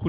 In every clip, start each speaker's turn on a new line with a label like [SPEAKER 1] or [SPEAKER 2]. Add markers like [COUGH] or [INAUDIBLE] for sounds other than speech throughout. [SPEAKER 1] คุ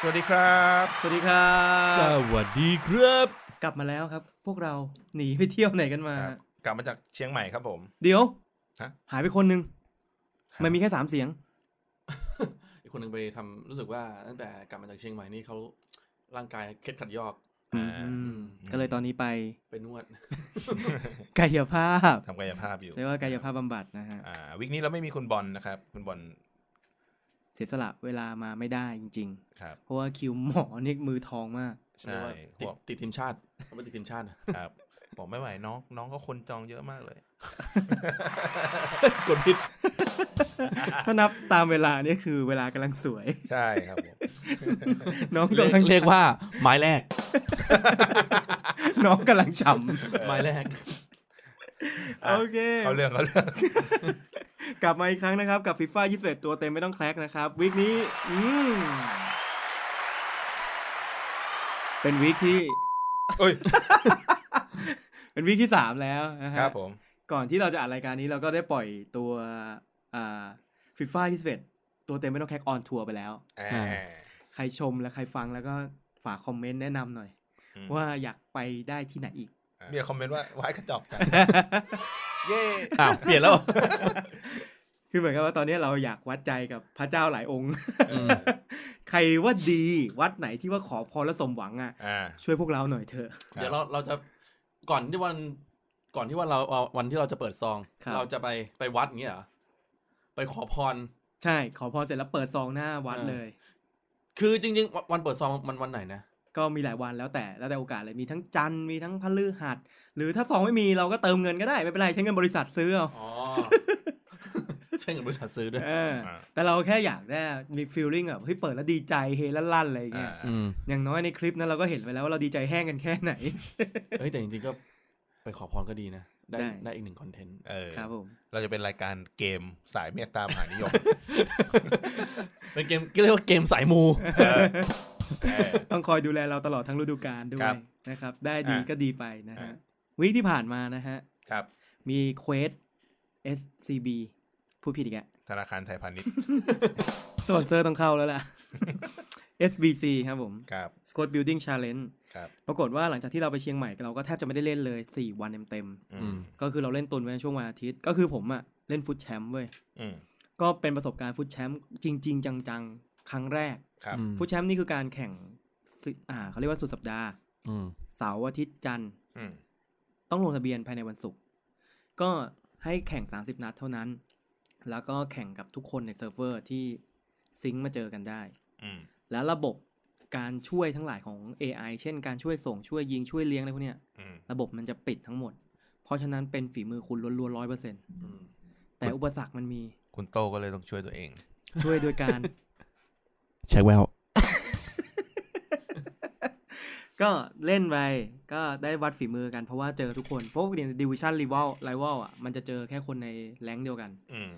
[SPEAKER 2] สวัสดีครับ
[SPEAKER 3] สวัสดีครับ
[SPEAKER 4] สวัสดีครับ
[SPEAKER 3] กลับมาแล้วครับ พวกเราหนีไปเที่ยวไหนกันมา
[SPEAKER 2] กลับมาจากเชียงใหม่ครับผม
[SPEAKER 3] เดี๋ยว
[SPEAKER 2] ฮะ
[SPEAKER 3] หายไปคนหนึง มันมีแค่สามเสียง
[SPEAKER 4] อีกคนหนึ่งไปทำรู้สึกว่าตั้งแต่กลับมาจากเชียงใหม่นี่เขาร่างกายเคล็ดขัดยอก
[SPEAKER 2] อ่า
[SPEAKER 3] อืม
[SPEAKER 4] อืม
[SPEAKER 3] ก็เลยตอนนี้ไป
[SPEAKER 4] ไปนวด
[SPEAKER 3] กายภาพ
[SPEAKER 2] ทำกายภาพอยู่
[SPEAKER 3] เรียกว่ากายภาพบำบัดนะฮะ
[SPEAKER 2] อ่าวิกนี้เราไม่มีคุณบอลนะครับ คุณบอล
[SPEAKER 3] เสียสละเวลามาไม่ได้จริง
[SPEAKER 2] ครับ
[SPEAKER 3] ๆ เพราะว่าคิวหมอนี่มือทองมาก
[SPEAKER 2] ใช่
[SPEAKER 4] เรี
[SPEAKER 2] พ
[SPEAKER 4] ยกว่าติด
[SPEAKER 2] วก
[SPEAKER 4] ติดทีมชาติเขาไปติดทีมชาติ
[SPEAKER 2] ครับบอกไม่ไหวน้องน้องก็คนจองเยอะมากเลย
[SPEAKER 4] กดผิด
[SPEAKER 3] ถ้านับตามเวลานี่คือเวลากำลังสวย [LAUGHS]
[SPEAKER 2] ใช่ครับผม
[SPEAKER 3] น้อง
[SPEAKER 4] เรียก
[SPEAKER 3] กำลัง
[SPEAKER 4] เรียกว่าไม้แรก
[SPEAKER 3] น้องกำลังฉ่
[SPEAKER 4] ไม้แรก
[SPEAKER 3] ำโอเค
[SPEAKER 2] เขาเรื่องเขาเรื่อง
[SPEAKER 3] กลับมาอีกครั้งนะครับ กับฟีฟ่า21 ตัวเต็มไม่ต้องแคลกนะครับวีคนี้ อืมเป็นวีคที่ [LAUGHS]
[SPEAKER 2] เอ้ย
[SPEAKER 3] เป็นวีคที่ 3 แล้วนะฮะ
[SPEAKER 2] ครับผม
[SPEAKER 3] ก่อนที่เราจะอัดรายการนี้เราก็ได้ปล่อยตัวอ่าฟีฟ่า21 ตัวเต็มไม่ต้องแคลกออนทัวร์ไปแล้ว
[SPEAKER 2] อ่า
[SPEAKER 4] อ่า
[SPEAKER 3] ใครชมและใครฟังแล้วก็ฝากคอมเมนต์แนะนำหน่อย
[SPEAKER 2] อืม
[SPEAKER 3] ว่าอยากไปได้ที่ไหนอีก [LAUGHS]
[SPEAKER 2] เมียคอมเมนต์ว่าว้ายกระจอกจังเย่
[SPEAKER 4] อ้าว เปลี่ยนแล้ว
[SPEAKER 3] คือเหมือนกับว่าตอนนี้เราอยากวัดใจกับพระเจ้าหลายองค์ [LAUGHS]
[SPEAKER 4] อืม
[SPEAKER 3] ใครว่าดีวัดไหนที่ว่าขอพรและสมหวังอ่ะ
[SPEAKER 2] อ่า
[SPEAKER 3] ช่วยพวกเราหน่อยเถอะ [LAUGHS]
[SPEAKER 4] เดี๋ยวเราเราจะก่อนที่วันก่อนที่ว่าเราเอาวันที่เราจะเปิดซอง
[SPEAKER 3] ครับ
[SPEAKER 4] เราจะไปไปวัดอย่างเงี้ยเหรอไปขอพร
[SPEAKER 3] ใช่ ขอพรเสร็จแล้วเปิดซองหน้าวัด
[SPEAKER 4] เออ
[SPEAKER 3] เลย
[SPEAKER 4] คือจริง ๆ วันเปิดซองมันวันไหนนะ
[SPEAKER 3] ก็มีหลายวันแล้วแต่แล้วแต่โอกาสเลยมีทั้งจันทร์มีทั้งพฤหัสหรือถ้าซองไม่มีเราก็เติมเงินก็ได้ ไม่เป็นไรใช้เงินบริษัทซื้อ
[SPEAKER 2] [LAUGHS]
[SPEAKER 3] เอา
[SPEAKER 4] อ๋อ [LAUGHS] ใช่เงินบริษัทซื้อด้วย
[SPEAKER 3] เออ
[SPEAKER 2] อ่า
[SPEAKER 3] แต่เราแค่อยากได้มีฟีลลิ่งแบบเฮ้ยเปิดแล้วดีใจเฮลั่นๆอะไรอย่างเงี้ย
[SPEAKER 4] อืม
[SPEAKER 3] อย่างน้อยในคลิปนั้นเราก็เห็นไปแล้วว่าเราดีใจแห้งกันแค่ไหน
[SPEAKER 4] เอ้ยแต่จริงๆก็ไปขอพรก็ดีนะ ได้
[SPEAKER 3] ได้
[SPEAKER 4] ได้อีกหนึ่งคอนเทนต์
[SPEAKER 2] เออ
[SPEAKER 3] ครับผม
[SPEAKER 2] เราจะเป็นรายการเกมสายเมตตามหานิยม
[SPEAKER 4] เป็นเกมก็เรียกว่าเกมสายมู
[SPEAKER 2] เออเออ
[SPEAKER 3] ต้องคอยดูแลเราตลอดทั้งฤดูกาลด้ว
[SPEAKER 2] ครั
[SPEAKER 3] ย
[SPEAKER 2] บ
[SPEAKER 3] นะครับ ได้ดี
[SPEAKER 2] อ่ะ
[SPEAKER 3] ก็ดีไปนะฮะ
[SPEAKER 2] อ่ะ
[SPEAKER 3] วีคที่ผ่านมานะฮะ
[SPEAKER 2] ครับ
[SPEAKER 3] มีเควส SCB พูดผิดอีกแล้ว
[SPEAKER 2] ธนาคารไทยพาณิชย์
[SPEAKER 3] สปอนเซอร์ต้องเข้าแล้วล่ะ SBC ครับผม
[SPEAKER 2] ครับ
[SPEAKER 3] Squad Building Challenge
[SPEAKER 2] ครับ
[SPEAKER 3] ปรากฏว่าหลังจากที่เราไปเชียงใหม่เราก็แทบจะไม่ได้เล่นเลย 4 วันเต็ม
[SPEAKER 2] อื
[SPEAKER 4] อื
[SPEAKER 2] ม
[SPEAKER 4] ม
[SPEAKER 3] ๆ ก็คือเราเล่นตุนไว้ในช่วงวันอาทิตย์ ก็คือผมอะเล่นฟุตแชมป์เว้ย
[SPEAKER 2] อืม
[SPEAKER 3] ก็เป็นประสบการณ์ฟุตแชมป์จริง ๆ จังๆ ครั้งแรก
[SPEAKER 2] ครับ
[SPEAKER 3] ฟุตแชมป์นี่คือการแข่งสิอ่าเขาเรียกว่าสุดสัปดาห์
[SPEAKER 4] อืม
[SPEAKER 3] เสาร์อาทิตย์จันทร์
[SPEAKER 2] อืม
[SPEAKER 3] ต้องลงทะเบียนภายในวันศุกร์ ก็ให้แข่ง 30 นัดเท่านั้น แล้วก็แข่งกับทุกคนในเซิร์ฟเวอร์ที่ซิงค์มาเจอกันได้
[SPEAKER 2] อืม
[SPEAKER 3] แล้วระบบการช่วยทั้งหลายของ AI เช่นการช่วยส่งช่วยยิงช่วยเลี้ยงอะไรพวกเนี้ย
[SPEAKER 2] อืม
[SPEAKER 3] ระบบมันจะปิดทั้งหมด เพราะฉะนั้นเป็นฝีมือคุณล้วนๆร้อยเปอร์เซ็นต์
[SPEAKER 4] อืม
[SPEAKER 3] แต่อุปสรรคมันมี
[SPEAKER 2] คุณโตก็เลยต้องช่วยตัวเอง
[SPEAKER 3] ช่วยโดยการ [LAUGHS]
[SPEAKER 4] ใช้แวว
[SPEAKER 3] ก็เล่นไปก็ได้วัดฝีมือกันเพราะว่าเจอทุกคนเพราะปกติดิวิชั่นรีวอลไรวอลอ่ะมันจะเจอแค่คนในแรงค์เดียวกัน
[SPEAKER 2] อืม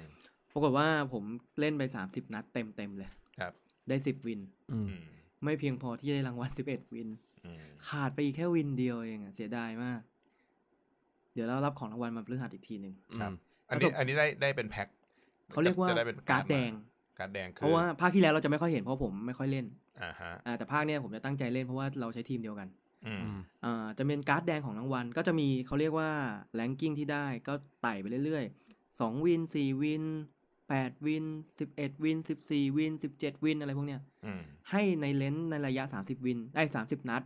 [SPEAKER 3] ปรากฏว่าผมเล่นไป 30 นัดเต็มๆเลย
[SPEAKER 2] ครับ
[SPEAKER 3] ได้ 10 วิน
[SPEAKER 4] อืม
[SPEAKER 2] อืม
[SPEAKER 3] ไม่เพียงพอที่จะได้รางวัล11 วิน
[SPEAKER 2] อืม
[SPEAKER 3] ขาดไปอีกแค่วินเดียวเองอ่ะเสียดายมาก เดี๋ยวเรารับของรางวัลมาพฤหัสอีกทีหนึ่ง
[SPEAKER 4] ครับ
[SPEAKER 2] อันนี้อันนี้ได้ได้เป็นแพ็ค
[SPEAKER 3] เขาเรียกว่า
[SPEAKER 2] จะได้เป็น
[SPEAKER 3] การ์ดแดง
[SPEAKER 2] การ์ดแดงคื
[SPEAKER 3] เพราะว่าภาคที่แล้วเราจะไม่ค่อยเห็นเพราะผมไม่ค่อยเล่น
[SPEAKER 2] อ่าฮะ
[SPEAKER 3] อ่าแต่ภาคเนี้ยผมจะตั้งใจเล่นเพราะว่าเราใช้ทีมเดียวกัน
[SPEAKER 2] อืม
[SPEAKER 3] อ่าจะเป็นการ์ดแดงของรางวัลก็จะมีเขาเรียกว่าแรงกิ้งที่ได้ก็ไต่ไปเรื่อยๆ 2 วิน 4 วิน 8 วิน 11 วิน 14 วิน 17 วินอะไรพวกเนี้ย
[SPEAKER 2] อืม
[SPEAKER 3] ให้ในเลนส์ในระยะ 30 วินได้ 30 นัด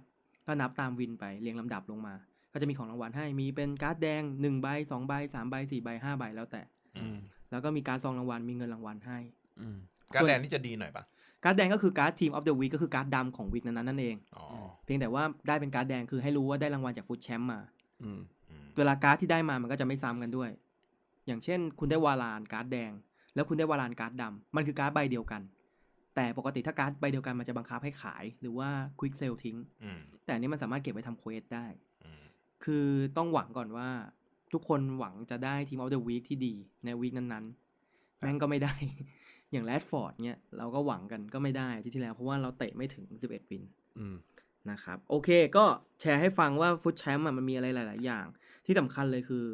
[SPEAKER 3] ก็นับตามวินไปเรียงลำดับลงมา ก็จะมีของรางวัลให้มีเป็นการ์ดแดง1ใบ2ใบ3ใบ4ใบ5ใบแล้วแต่
[SPEAKER 2] อืม
[SPEAKER 3] แล้วก็มีการดซองรางวัลมีเงินรางวัลให้
[SPEAKER 2] การ์ดแดงนี่จะดีหน่อยปะ
[SPEAKER 3] การ์ดแดงก็คือการ์ดทีมออฟเดอะวีก็คือการ์ดดำของวีคนั้นๆนั่นเอง
[SPEAKER 2] อ๋อ
[SPEAKER 3] เพียงแต่ว่าได้เป็นการ์ดแดงคือให้รู้ว่าได้รางวัลจากฟุตแชมป์มา
[SPEAKER 4] อืม
[SPEAKER 2] อืม
[SPEAKER 3] เวลาการ์ดที่ได้มามันก็จะไม่ซ้ำกันด้วย อย่างเช่น คุณได้วาลานการ์ดแดง แล้วคุณได้วาลานการ์ดดำมันคือการ์ดใบเดียวกัน แต่ปกติถ้าการ์ดใบเดียวกันมันจะบังคับให้ขาย หรือว่าควิกเซลทิ้ง
[SPEAKER 2] อืม
[SPEAKER 3] แต่อันนี้มันสามารถเก็บไว้ทำเควสได้
[SPEAKER 2] อืม
[SPEAKER 3] คือต้องหวังก่อนว่า ทุกคนหวังจะได้ทีมออฟเดอะวีคที่ดีในวีคนั้นๆ แม่งก็ไม่ได้ [LAUGHS] อย่างแรดฟอร์ดเนี่ยเราก็หวังกันก็ไม่ได้ที่ที่แล้ว เพราะว่าเราเตะไม่ถึง 11 วิน
[SPEAKER 4] อืม
[SPEAKER 3] นะครับ โอเคก็แชร์ให้ฟังว่าฟุตแชมป์มันมีอะไรหลาย ๆ อย่าง ที่สำคัญเลยคือ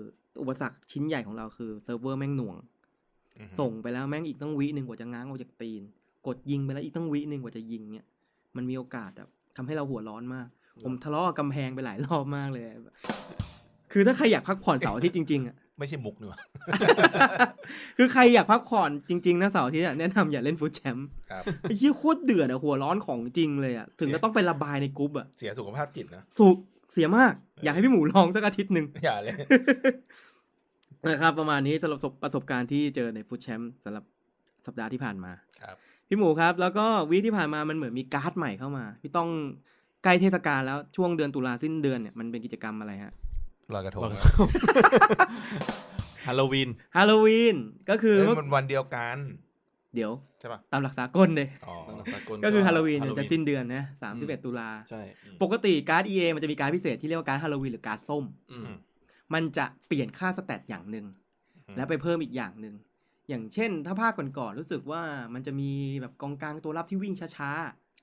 [SPEAKER 3] อุปสรรคชิ้นใหญ่ของเราคือเซิร์ฟเวอร์แม่งหน่วง
[SPEAKER 2] อืม
[SPEAKER 3] ส่งไปแล้วแม่งอีกตั้งวิหนึ่งกว่าจะง้างออกจากตีน กดยิงไปแล้วอีกตั้งวิหนึ่งกว่าจะยิงเนี่ย มันมีโอกาสแบบทำให้เราหัวร้อนมาก ผมทะเลาะกับกำแพงไปหลายรอบมากเลย คือถ้าใครอยากพักผ่อนเสาร์อาทิตย์จริง ๆ อ่ะ [LAUGHS]
[SPEAKER 2] ไม่ใช่มุกนี่หว่า
[SPEAKER 3] คือใครอยากพักผ่อนจริง ๆ นะเสาร์อาทิตย์อะแนะนำอย่าเล่นฟุตแชมป์
[SPEAKER 2] ครับ
[SPEAKER 3] ไอ้เหี้ยโคตรเดือดอะหัวร้อนของจริงเลยอะถึงจะต้องไประบายในกรุ๊ปอะ
[SPEAKER 2] เสียสุขภาพจิตนะ [LAUGHS]
[SPEAKER 3] ถูกเสียมาก อยากให้พี่หมูลองสักอาทิตย์หนึ่ง
[SPEAKER 2] อย่าเลย
[SPEAKER 3] นะครับ ประมาณนี้สำหรับประสบการณ์ที่เจอในฟุตแชมป์สำหรับสัปดาห์ที่ผ่านมา
[SPEAKER 2] ครับ
[SPEAKER 3] พี่หมูครับ แล้วก็วีคที่ผ่านมามันเหมือนมีการ์ดใหม่เข้ามา พี่ต้องใกล้เทศกาลแล้วช่วงเดือนตุลาสิ้นเดือนเนี่ยมันเป็นกิจกรรมอะไรฮะ
[SPEAKER 2] ลอยกระทง
[SPEAKER 4] ลอยกระทง ฮาโลวีน
[SPEAKER 3] ฮาโลวีนก็คือ
[SPEAKER 2] เอ้ย
[SPEAKER 3] เมื่อ
[SPEAKER 2] มันวันเดียวกัน
[SPEAKER 3] เดี๋ยว
[SPEAKER 2] ใช่ป่ะ
[SPEAKER 3] ตามหลักสากลเลย
[SPEAKER 2] อ๋อ
[SPEAKER 4] ตามหลักสากล
[SPEAKER 3] ก็คือฮาโลวีน
[SPEAKER 4] ฮาโล
[SPEAKER 3] จะสิ้นเดือนนะสามสิบเอ็ดตุลา
[SPEAKER 4] ใช่
[SPEAKER 3] ปกติการ์ด EA มันจะมีการ์ดพิเศษที่เรียกว่าการ์ดฮาโลวีนหรือการ์ดส้ม
[SPEAKER 4] อืม
[SPEAKER 3] มันจะเปลี่ยนค่าสแตทอย่างหนึ่ง
[SPEAKER 2] อืม
[SPEAKER 3] แล้วไปเพิ่มอีกอย่างหนึ่ง อย่างเช่น ถ้าภาคก่อนๆรู้สึกว่ามันจะมีแบบกองกลางตัวรับที่วิ่งช้า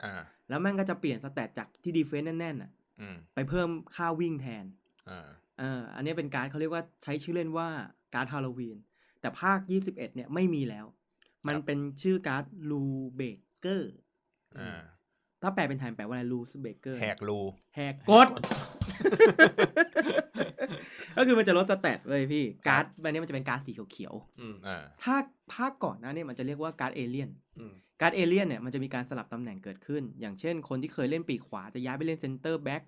[SPEAKER 2] อ่า
[SPEAKER 3] ๆ แล้วแม่งก็จะเปลี่ยนสแตทจากที่ดีเฟนซ์แน่นๆน่ะ
[SPEAKER 2] อืม
[SPEAKER 3] ไปเพิ่มค่าวิ่งแทน
[SPEAKER 2] อ่า
[SPEAKER 3] เอออันนี้เป็นการ์ดเขาเรียกว่าใช้ชื่อเล่นว่าการ์ดฮาโลวีน แต่ภาค 21 เนี่ยไม่มีแล้ว มัน
[SPEAKER 2] ครับ
[SPEAKER 3] เป็นชื่อการ์ดลูเบเกอร์
[SPEAKER 2] อ่า
[SPEAKER 3] ถ้าแปลเป็นไทยแปลว่าอะไรลูเบเกอร์
[SPEAKER 2] แหกรู
[SPEAKER 3] แหกกฎ [LAUGHS] ก็คือมันจะลดสแตทเลยพี่ การ์ดใบนี้มันจะเป็นการ์ดสีเขียวๆ
[SPEAKER 4] อืม
[SPEAKER 2] อ่า
[SPEAKER 3] ถ้าภาคก่อนหน้าเนี่ยมันจะเรียกว่าการ์ดเอเลียน
[SPEAKER 4] อืม
[SPEAKER 3] การ์ดเอเลียนเนี่ยมันจะมีการสลับตำแหน่งเกิดขึ้น อย่างเช่น คนที่เคยเล่นปีกขวาจะย้ายไปเล่นเซนเตอร์แบ็ก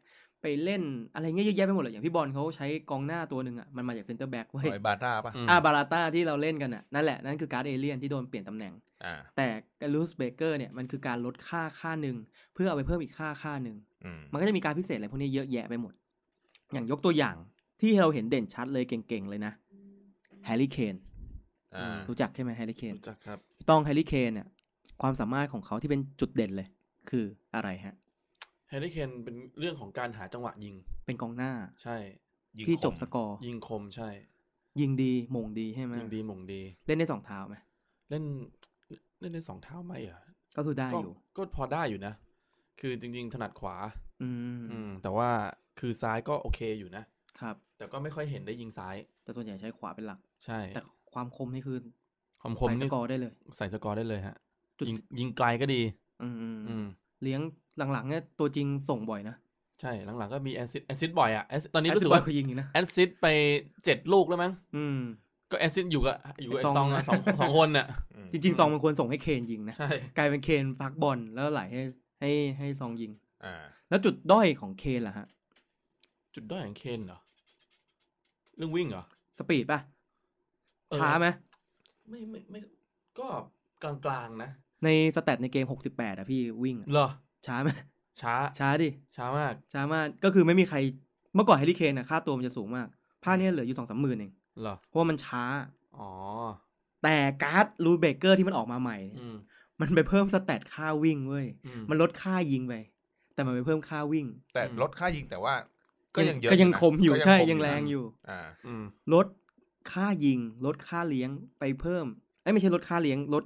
[SPEAKER 3] ไปเล่นอะไรเงี้ยเยอะแยะไปหมดเลยอย่างพี่บอลเขาใช้กองหน้าตัวหนึ่งอ่ะมันมาจากเซนเตอร์แบ็กเว้ย
[SPEAKER 2] ลอยบาร่าป่ะ
[SPEAKER 3] อาบาราต้าที่เราเล่นกันอ่ะนั่นแหละนั่นคือการ์ดเอเลียนที่โดนเปลี่ยนตำแหน่ง
[SPEAKER 2] อ่า
[SPEAKER 3] แต่ลูสเบเกอร์เนี่ยมันคือการลดค่าค่าหนึ่งเพื่อเอาไปเพิ่มอีกค่าค่าหนึ่ง
[SPEAKER 2] อืม
[SPEAKER 3] มันก็จะมีการพิเศษอะไรพวกนี้เยอะแยะไปหมด อย่างยกตัวอย่างที่เราเห็นเด่นชัดเลยเก่งๆเลยนะแฮร์รี่เคน
[SPEAKER 2] อ่า
[SPEAKER 3] รู้จักใช่ไหมแฮร์รี่เคน
[SPEAKER 4] รู้จักครับ
[SPEAKER 3] ต้องแฮร์รี่เคนเนี่ยความสามารถของเขาที่เป็นจุดเด่นเลย คืออะไรฮะ
[SPEAKER 4] แฮร์รี่เคนเป็นเรื่องของการหาจังหวะยิง
[SPEAKER 3] เป็นกองหน้า
[SPEAKER 4] ใช่
[SPEAKER 2] ยิง
[SPEAKER 3] ที่
[SPEAKER 2] คม
[SPEAKER 3] จบสกอร์
[SPEAKER 4] ยิงคมใช่
[SPEAKER 3] ยิงดีหม่งดีใช่ไหม
[SPEAKER 4] ยิงดีหม่งดี
[SPEAKER 3] เล่นได้สองเท้าไหม
[SPEAKER 4] เล่นเล่นได้สองเท้าไหมเหรอ
[SPEAKER 3] ก็คือได้
[SPEAKER 4] ก็
[SPEAKER 3] อยู่
[SPEAKER 4] ก็พอได้อยู่นะ คือจริง ๆ ถนัดขวา
[SPEAKER 3] อืม
[SPEAKER 4] อืม แต่ว่าคือซ้ายก็โอเคอยู่นะ
[SPEAKER 3] ครับ
[SPEAKER 4] แต่ก็ไม่ค่อยเห็นได้ยิงซ้าย
[SPEAKER 3] แต่ส่วนใหญ่ใช้ขวาเป็นหลัก
[SPEAKER 4] ใช่
[SPEAKER 3] แต่ความคมนี่คือ
[SPEAKER 4] ความคม
[SPEAKER 3] ใส่ส
[SPEAKER 4] นี่
[SPEAKER 3] กอร์ได้เลย
[SPEAKER 4] ใส่สกอร์ได้เลยฮะ
[SPEAKER 3] จุด
[SPEAKER 4] ยิงยิงไกลก็ดี
[SPEAKER 3] อืมอืม
[SPEAKER 4] อืม
[SPEAKER 3] เลี้ยงหลังๆเนี่ยตัวจริงส่งบ่อยนะ
[SPEAKER 4] ใช่ หลังๆก็มีแอซิดแอซิดบ่อยอะแอสซิดตอนนี้รู้สึก
[SPEAKER 3] แอ
[SPEAKER 4] ว่า
[SPEAKER 3] ดบ่อยเขายิงอยู่นะ
[SPEAKER 4] แอซิดไปเจ็ดลูกแล้วมั้ง
[SPEAKER 3] อืม
[SPEAKER 4] ก็แอซิดอยู่กับอยู่กับ
[SPEAKER 3] ไอ้
[SPEAKER 4] ไอ้
[SPEAKER 3] ซ
[SPEAKER 4] ซ
[SPEAKER 3] อ
[SPEAKER 4] อง ง
[SPEAKER 3] นะ
[SPEAKER 4] อะสองสองคนน่ะ
[SPEAKER 2] อืม
[SPEAKER 3] จริงๆซองมันควรส่งให้เคนยิงนะ
[SPEAKER 4] ใช่
[SPEAKER 3] กลายเป็นเคนพักบอลแล้วไหลให้ให้ให้ซองยิง
[SPEAKER 2] อ่า
[SPEAKER 3] แล้วจุดด้อยของเคนล่ะฮะ
[SPEAKER 4] จุดด้อยของเคนเหรอ เรื่องวิ่งเหรอ
[SPEAKER 3] สปีดป่ะ
[SPEAKER 4] เออ
[SPEAKER 3] ช้าไหม
[SPEAKER 4] ไม่ไม่ไม่ก็กลางๆนะ
[SPEAKER 3] ในสแตทในเกม 68 อ่ะพี่วิ่งอะ
[SPEAKER 4] เหรอ
[SPEAKER 3] ช้าไหม
[SPEAKER 4] ช้า
[SPEAKER 3] [LAUGHS] ช้าดิ
[SPEAKER 4] ช้ามาก
[SPEAKER 3] ช้ามาก ก็คือไม่มีใครเมื่อก่อนแฮร์รี่เคนอ่ะค่าตัวมันจะสูงมาก ภาคเนี้ยเหลืออยู่สองสามหมื่นเอง
[SPEAKER 4] เหรอ
[SPEAKER 3] เพราะว่ามันช้า
[SPEAKER 4] อ๋อ
[SPEAKER 3] แต่การ์ดรูเบเกอร์ที่มันออกมาใหม่
[SPEAKER 4] อืม
[SPEAKER 3] มันไปเพิ่มสแตทค่าวิ่งเว้ย
[SPEAKER 4] อืม
[SPEAKER 3] มันลดค่ายิงไป แต่มันไปเพิ่มค่าวิ่ง
[SPEAKER 2] แต่ลดค่ายิงแต่ว่า ก็ยังเยอะ
[SPEAKER 3] ก็ยัง
[SPEAKER 2] นะ
[SPEAKER 3] คมอยู่
[SPEAKER 2] ก็
[SPEAKER 3] ใช่
[SPEAKER 2] คม
[SPEAKER 3] ยังแรง
[SPEAKER 2] นะ
[SPEAKER 3] อยู่
[SPEAKER 2] อ่า
[SPEAKER 4] อืม
[SPEAKER 3] ลดค่ายิง ลดค่าเลี้ยงไปเพิ่มเอ้ยไม่ใช่ลดค่าเลี้ยงลด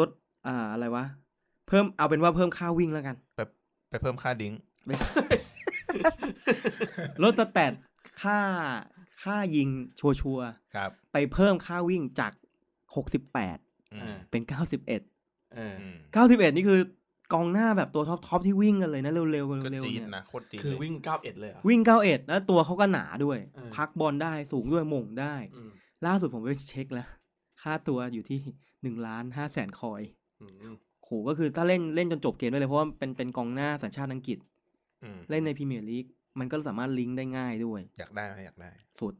[SPEAKER 3] ลดอ่าอะไรวะ เพิ่มเอาเป็นว่าเพิ่มค่าวิ่งแล้วกัน
[SPEAKER 2] ไปเพิ่มค่าดิ้ง
[SPEAKER 3] ลดสแตทค่าค่ายิงชัวร์
[SPEAKER 2] ครับ
[SPEAKER 3] ๆไปเพิ่มค่าวิ่งจาก 68
[SPEAKER 2] อืม
[SPEAKER 4] อ่า
[SPEAKER 3] เป็น 91
[SPEAKER 4] เออ
[SPEAKER 2] อืม
[SPEAKER 3] 91 นี่คือกองหน้าแบบตัวท็อปทอปที่วิ่งกันเลยนะ เร็วๆเร็ว
[SPEAKER 2] ก็
[SPEAKER 3] ๆ
[SPEAKER 2] จีน
[SPEAKER 3] เนี่ย
[SPEAKER 2] นะโคตรจีน
[SPEAKER 4] คือ
[SPEAKER 2] เลย
[SPEAKER 4] วิ่งเก้าเอ็ดเลยเหรอ
[SPEAKER 3] วิ่ง 91 แล้วตัวเขาก็หนาด้วย
[SPEAKER 4] เออ
[SPEAKER 3] พักบอลได้สูงด้วยหม่งได้
[SPEAKER 4] อืม
[SPEAKER 3] ล่าสุดผมไปเช็คแล้ว ค่าตัวอยู่ที่ 1 ล้าน5แสนคอย
[SPEAKER 4] อืม
[SPEAKER 3] โหก็คือถ้าเล่นเล่นจนจบเกมได้เลย เพราะว่าเป็นเป็นกองหน้าสัญชาติอังกฤษ
[SPEAKER 2] อืม
[SPEAKER 3] เล่นในพรีเมียร์ลีกมันก็สามารถลิงก์ได้ง่ายด้วย
[SPEAKER 2] อยากได้ไหมอยากได้
[SPEAKER 3] สุด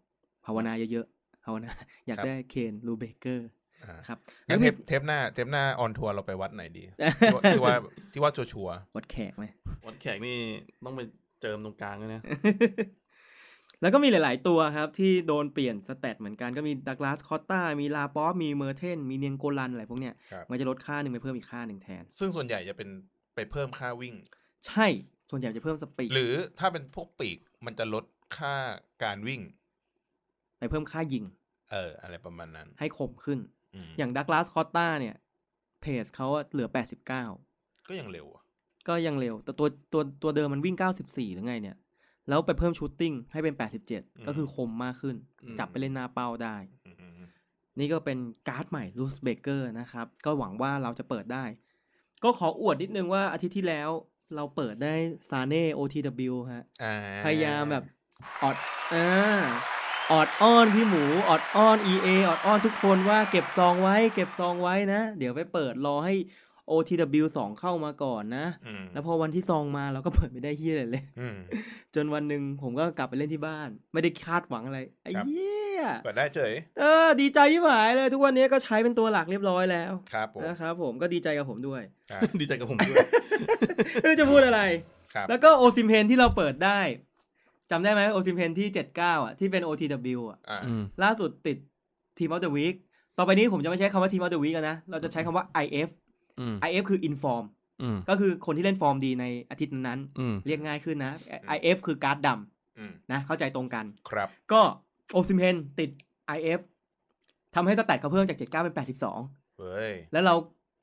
[SPEAKER 3] ภาวนาเยอะๆภาวนา [LAUGHS] อยาก
[SPEAKER 2] ครับ
[SPEAKER 3] ได้เคนรูเบเกอร์
[SPEAKER 2] อ่า
[SPEAKER 3] ครับ
[SPEAKER 2] งั้นเท
[SPEAKER 3] มี
[SPEAKER 2] ปเทปหน้าเทปหน้าออนทัวร์เราไปวัดไหนดีที่ว่าที่ว่าที่ว่าชัว
[SPEAKER 3] [LAUGHS]
[SPEAKER 2] ร์
[SPEAKER 3] วัดแขกไหม
[SPEAKER 4] วัดแขกนี่ต้องไปเจิมตรงกลางด้วยนะ
[SPEAKER 3] แล้วก็มีหลาย ๆ ตัวครับ ที่โดนเปลี่ยนสเตตเหมือนกันก็มีดักลาสคอตตามีลาป๊อปมีเมอร์เทน มีเนียงโกลันอะไรพวกเนี้ย
[SPEAKER 2] ครับ
[SPEAKER 3] มันจะลดค่าหนึ่งไปเพิ่มอีกค่าหนึ่งแทน
[SPEAKER 2] ซึ่งส่วนใหญ่จะเป็นไปเพิ่มค่าวิ่ง
[SPEAKER 3] ใช่ส่วนใหญ่จะเพิ่มสปีด
[SPEAKER 2] หรือถ้าเป็นพวกปีกมันจะลดค่าการวิ่ง
[SPEAKER 3] ไปเพิ่มค่ายิง
[SPEAKER 2] เออ อะไรประมาณนั้น
[SPEAKER 3] ให้คมขึ้น
[SPEAKER 2] อืม
[SPEAKER 3] อย่างดักลาสคอตตาเนี่ยเพสเขาอะเหลือ 89
[SPEAKER 2] ก็ยังเร็วอะ
[SPEAKER 3] ก็ยังเร็ว แต่ตัวตัวตัวเดิมมันวิ่ง 94 หรือไงเนี่ย แล้วไปเพิ่มชูตติ้งให้เป็น 87 ก็คือคมมากขึ้น
[SPEAKER 4] อืม
[SPEAKER 3] จับไปเล่นหน้าเป้าได้
[SPEAKER 2] อืม
[SPEAKER 3] นี่ก็เป็นการ์ดใหม่ลูสเบเกอร์นะครับ ก็หวังว่าเราจะเปิดได้ ก็ขออวดนิดนึงว่าอาทิตย์ที่แล้วเราเปิดได้ซาเน่ OTW ฮะ
[SPEAKER 2] อ่
[SPEAKER 3] พยายามแบบ ออดอ่าออดอ้อนพี่หมู ออดอ้อน EA ออดอ้อนทุกคนว่าเก็บซองไว้ เก็บซองไว้นะ เดี๋ยวไปเปิดรอให้ OTW สองเข้ามาก่อนนะ
[SPEAKER 2] อืม
[SPEAKER 3] แล้วพอวันที่ซองมาเราก็เปิดไม่ได้เฮียอะไรเลย [LAUGHS]
[SPEAKER 2] อืม
[SPEAKER 3] จนวันหนึ่งผมก็กลับไปเล่นที่บ้าน ไม่ได้คาดหวังอะไรไอ้
[SPEAKER 2] ครับ
[SPEAKER 3] เหี้ย
[SPEAKER 2] เปิดได้เฉย
[SPEAKER 3] เออดีใจยิ่งหายเลย ทุกวันนี้ก็ใช้เป็นตัวหลักเรียบร้อยแล้ว
[SPEAKER 2] ครับผม
[SPEAKER 3] นะครับผมก็ดีใจกับผมด้วย
[SPEAKER 2] ครับ
[SPEAKER 4] [LAUGHS] ดีใจกับผมด้วย
[SPEAKER 3] ไม่รู้จะพูดอะไร
[SPEAKER 2] ครับ
[SPEAKER 3] แล้วก็โอซิมเพนที่เราเปิดได้จำได้ไหมโอซิมเพนที่ 79 อ่ะ ที่เป็น OTW อ่ะ
[SPEAKER 2] อ่า
[SPEAKER 4] อืม
[SPEAKER 3] ล่าสุดติดทีม of the week ต่อไปนี้ผมจะไม่ใช้คำว่า Team of the week แล้วนะ เราจะใช้คำว่า IF
[SPEAKER 4] อืม
[SPEAKER 3] IF คือ inform
[SPEAKER 4] อืม
[SPEAKER 3] ก็คือคนที่เล่นฟอร์มดีในอาทิตย์นั้น
[SPEAKER 4] อืม
[SPEAKER 3] เรียกง่ายขึ้นนะ IF คือการ์ดดำ
[SPEAKER 2] อืม
[SPEAKER 3] นะเข้าใจตรงกัน
[SPEAKER 2] ครับ
[SPEAKER 3] ก็โอซิมเพนติด IF ทำให้สแตทเขาเพิ่มจาก 79 เป็น 82
[SPEAKER 2] เฮ้ย
[SPEAKER 3] แล้วเรา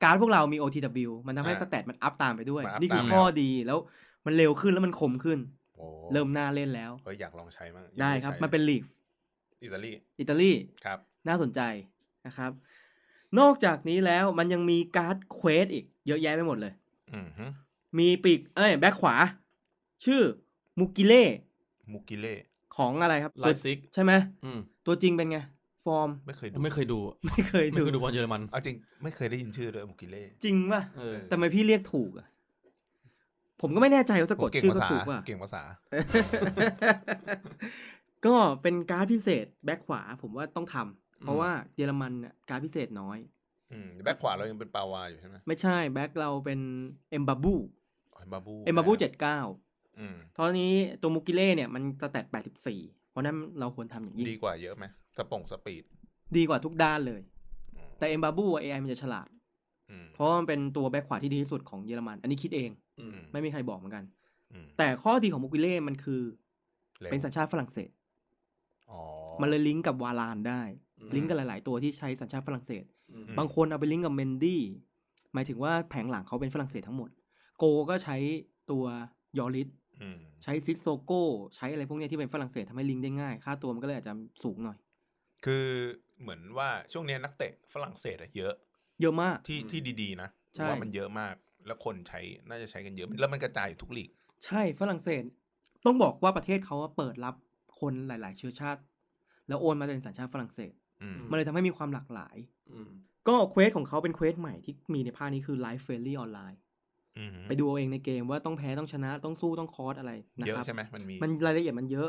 [SPEAKER 3] การพวกเรามี OTW มันทำให้
[SPEAKER 2] อ่า
[SPEAKER 3] สแตทมันอัพตามไปด้วย
[SPEAKER 2] มันอัพ
[SPEAKER 3] นี่คือ
[SPEAKER 2] ตามแล้ว
[SPEAKER 3] ข้อดีแล้วมันเร็วขึ้นแล้วมันคมขึ้น
[SPEAKER 2] โอ้
[SPEAKER 3] เริ่มน่าเล่นแล้ว
[SPEAKER 2] เฮ้ยอยากลองใช้มั้งยัง
[SPEAKER 3] ได้
[SPEAKER 2] ม่
[SPEAKER 3] ครับ
[SPEAKER 2] ใช้
[SPEAKER 3] มันเป็นลีก
[SPEAKER 2] อิตาลี
[SPEAKER 3] อิตาลี
[SPEAKER 2] ครับ
[SPEAKER 3] น่าสนใจนะครับ นอกจากนี้แล้วมันยังมีการ์ดเควสอีก เยอะแยะไปหมดเลย
[SPEAKER 2] อืมฮึ
[SPEAKER 3] มีปีกเอ้ยแบ็คขวา ชื่อมุกิเล่
[SPEAKER 2] มูกิเล่
[SPEAKER 3] ของอะไรครับ
[SPEAKER 4] ไลฟ์ซิก
[SPEAKER 3] ใช่ไหม
[SPEAKER 4] อืม
[SPEAKER 3] ตัวจริงเป็นไง ฟอร์ม
[SPEAKER 2] ไม่เคยดู
[SPEAKER 4] ไม่เคยดูอะ
[SPEAKER 3] ไม่เคย
[SPEAKER 4] ไม่
[SPEAKER 3] ดู
[SPEAKER 4] เคยดูบอลเยอรมัน
[SPEAKER 2] เอาจริงไม่เคยได้ยินชื่อเลยมูกิเล่
[SPEAKER 3] จริงป่ะ
[SPEAKER 4] เออ
[SPEAKER 3] แต่ทำไมพี่เรียกถูกอ่ะ ผมก็ไม่แน่ใจว่าสะกด
[SPEAKER 2] เก่ง
[SPEAKER 3] ชื่อ
[SPEAKER 2] ภา
[SPEAKER 3] ก็
[SPEAKER 2] ษา
[SPEAKER 3] ถูกป่ะ
[SPEAKER 2] เก่งภาษา
[SPEAKER 3] [LAUGHS] ก็เป็นการ์ดพิเศษแบ็คขวา ผมว่าต้องทำเพราะว่าเยอรมันน่ะการ์ดพิเศษน้อย
[SPEAKER 2] อืมแบ็คขวาเรายังเป็นปาวาอยู่ใช่ไหม
[SPEAKER 3] ไม่ใช่แบ็คเราเป็นเอ็มบาบู
[SPEAKER 2] อ๋อเอ็มบาบู
[SPEAKER 3] เอ็มบาบูเจ็ดเก้า
[SPEAKER 2] อืม
[SPEAKER 3] ตอนนี้ตัวมุกิเล่เนี่ยมันสแตทแปดสิบสี่เพราะนั้นเราควรทำอย่างยิ่ง
[SPEAKER 2] ดีกว่าเยอะไหมสปงสปีด
[SPEAKER 3] ดีกว่าทุกด้านเลย
[SPEAKER 2] อืม
[SPEAKER 3] แต่เอ็มบาบูเอไอมันจะฉลาด
[SPEAKER 2] อืม
[SPEAKER 3] เพราะมันเป็นตัวแบ็คขวาที่ดีที่สุดของเยอรมัน อันนี้คิดเอง
[SPEAKER 4] อืม
[SPEAKER 3] ไม่มีใครบอกเหมือนกัน
[SPEAKER 2] อืม
[SPEAKER 3] แต่ข้อดีของมุกิเล่มันคือ
[SPEAKER 2] ร็ว
[SPEAKER 3] เป็นสัญชาติฝรั่งเศส
[SPEAKER 2] อ๋อ
[SPEAKER 3] มันเลยลิงก์กับวาลานได้
[SPEAKER 4] อืม
[SPEAKER 3] ลิงก์กับหลาย ๆ ตัวที่ใช้สัญชาติฝรั่งเศส
[SPEAKER 4] อืม
[SPEAKER 2] ม
[SPEAKER 3] บางคนเอาไปลิงก์กับเมนดี้หมายถึงว่าแผงหลังเขาเป็นฝรั่งเศสทั้งหมด โกก็ใช้ตัวยอริส
[SPEAKER 2] อืม
[SPEAKER 3] ใช้ซิสโซโก้ใช้อะไรพวกเนี้ยที่เป็นฝรั่งเศสทำให้ลิงก์ได้ง่าย ค่าตัวมันก็เลยอาจจะสูงหน่อย
[SPEAKER 2] คือเหมือนว่าช่วงเนี้ยนักเตะฝรั่งเศสอะเยอะ
[SPEAKER 3] เยอะมาก
[SPEAKER 2] ที่
[SPEAKER 4] อืม
[SPEAKER 2] ที่ดีๆนะผ
[SPEAKER 3] ใช่
[SPEAKER 2] มว่ามันเยอะมาก แล้วคนใช้น่าจะใช้กันเยอะ แล้วมันกระจายอยู่ทุกลีก
[SPEAKER 3] ใช่ฝรั่งเศส ต้องบอกว่าประเทศเขาอะเปิดรับคนหลาย ๆ เชื้อชาติ แล้วโอนมาเป็นสัญชาติฝรั่งเศส
[SPEAKER 2] อืม
[SPEAKER 3] มันเลยทำให้มีความหลากหลาย
[SPEAKER 4] อืม
[SPEAKER 3] ก็เควสของเขาเป็นเควสใหม่ที่มีในภาคนี้คือไลฟ์เฟรนลี่ออนไลน์
[SPEAKER 2] อืม
[SPEAKER 3] ไปดูเอาเองในเกมว่าต้องแพ้ต้องชนะต้องสู้ต้องคอร์สอะไรนะ
[SPEAKER 2] เยอะ
[SPEAKER 3] ครับ
[SPEAKER 2] ใช่ไหมมันมี
[SPEAKER 3] มันรายละเอียดมันเยอะ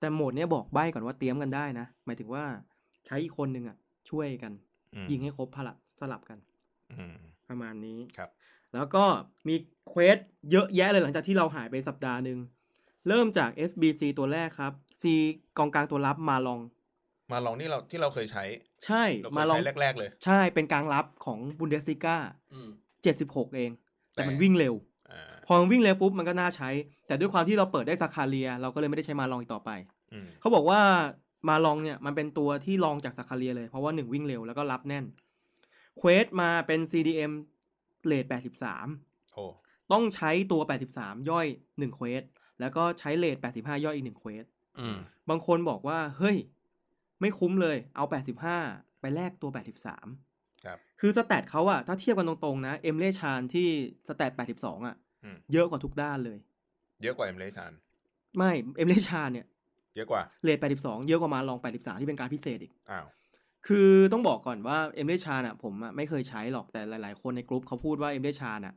[SPEAKER 3] แต่โหมดเนี้ยบอกใบ้ก่อนว่าเตรียมกันได้นะ หมายถึงว่าใช้อีกคนหนึ่งอ่ะ ช่วยกัน
[SPEAKER 2] อืม
[SPEAKER 3] ยิงให้ครบพลัดสลับกัน
[SPEAKER 2] อืม
[SPEAKER 3] ประมาณนี้
[SPEAKER 2] ครับ
[SPEAKER 3] แล้วก็มีเควสเยอะแยะเลยหลังจากที่เราหายไปสัปดาห์หนึ่ง เริ่มจาก SBC ตัวแรกครับ C กองกลางตัวรับมาลอง
[SPEAKER 2] มาลองนี่เราที่เราเคยใช้
[SPEAKER 3] ใช่
[SPEAKER 2] เราเค
[SPEAKER 3] มาย ลอง
[SPEAKER 2] ใช้แรก ๆ เลย
[SPEAKER 3] ใช่เป็นกลางรับของบุนเดสซิก้า
[SPEAKER 4] อืม
[SPEAKER 3] 76 เอง แต่มัน
[SPEAKER 2] แต่
[SPEAKER 3] วิ่งเร็ว
[SPEAKER 2] อ่า
[SPEAKER 3] พอมันวิ่งเร็วปุ๊บมันก็น่าใช้ แต่ด้วยความที่เราเปิดได้ซาคาเรีย เราก็เลยไม่ได้ใช้มาลองอีกต่อไป
[SPEAKER 2] อืม
[SPEAKER 3] เขาบอกว่ามาลองเนี่ยมันเป็นตัวที่ลองจากซาคาเรียเลย เพราะว่าหนึ่งวิ่งเร็วแล้วก็รับแน่นเควสมาเป็น CDM เลท83
[SPEAKER 2] โอ้
[SPEAKER 3] ต้องใช้ตัว 83 ย่อย1เควสแล้วก็ใช้เลท85 ย่อยอีก1เควส
[SPEAKER 4] อืม
[SPEAKER 3] บางคนบอกว่า เฮ้ย ไม่คุ้มเลยเอา 85 ไปแลกตัว 83
[SPEAKER 2] ครับ
[SPEAKER 3] คือสแตทเขาอะถ้าเทียบกันตรงๆนะ เอมเล่ชานที่สแตท82อะ
[SPEAKER 2] อืม
[SPEAKER 3] เยอะกว่าทุกด้านเลย
[SPEAKER 2] เยอะกว่าเอ็มเลย์ทาน
[SPEAKER 3] ไม่ เอมเล่ชานเนี่ย
[SPEAKER 2] เยอะกว่า
[SPEAKER 3] เลท82 เยอะกว่ามาลอง 83 ที่เป็นการดพิเศษอีก
[SPEAKER 2] อ้าว
[SPEAKER 3] คือต้องบอกก่อนว่าเอ็มเดชานอ่ะผมอ่ะไม่เคยใช้หรอกแต่หลาย ๆ คนในกลุ่มเขาพูดว่าเอ็มเดชานอ่ะ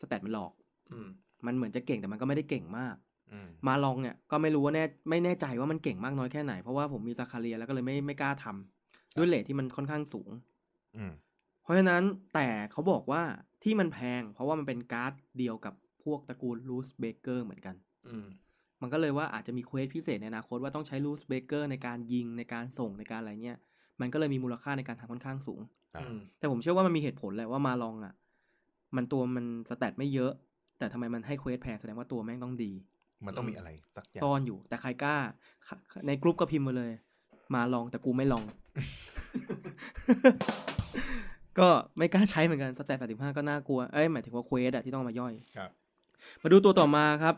[SPEAKER 3] สแตทมันหลอก
[SPEAKER 4] อืม
[SPEAKER 3] มันเหมือนจะเก่งแต่มันก็ไม่ได้เก่งมาก
[SPEAKER 2] อืม
[SPEAKER 3] มาลองเนี่ยก็ไม่รู้ว่าแน่ไม่แน่ใจว่ามันเก่งมากน้อยแค่ไหน เพราะว่าผมมีซาคาเรียแล้วก็เลยไม่ไม่กล้าทำด้วยเลทที่มันค่อนข้างสูง
[SPEAKER 2] อืม
[SPEAKER 3] เพราะฉะนั้นแต่เขาบอกว่าที่มันแพง เพราะว่ามันเป็นการ์ดเดียวกับพวกตระกูลลูสเบเกอร์เหมือนกัน
[SPEAKER 4] อืม
[SPEAKER 3] มันก็เลยว่าอาจจะมีเควสพิเศษในอนาคตว่าต้องใช้ลูสเบเกอร์ในการยิงในการส่งในการอะไรเงี้ย มันก็เลยมีมูลค่าในการทำค่อนข้างสูง
[SPEAKER 2] อ่า
[SPEAKER 4] อืม
[SPEAKER 3] แต่ผมเชื่อว่ามันมีเหตุผลแหละว่ามาลองอ่ะ มันตัวมันสแตทไม่เยอะ แต่ทำไมมันให้เควสแพงแสดงว่าตัวแม่งต้องดี
[SPEAKER 2] มันต้องมีอะไรสักอย่าง
[SPEAKER 3] ซ่อนอยู่ แต่ใครกล้า ในกรุ๊ปก็พิมพ์มาเลย มาลองแต่กูไม่ลอง [LAUGHS] ก็ไม่กล้าใช้เหมือนกันสแตท85 ก็น่ากลัว เอ้ยหมายถึงว่าเควสอะที่ต้องมาย่อย
[SPEAKER 2] ครับ
[SPEAKER 3] มาดูตัวต่อมาครับ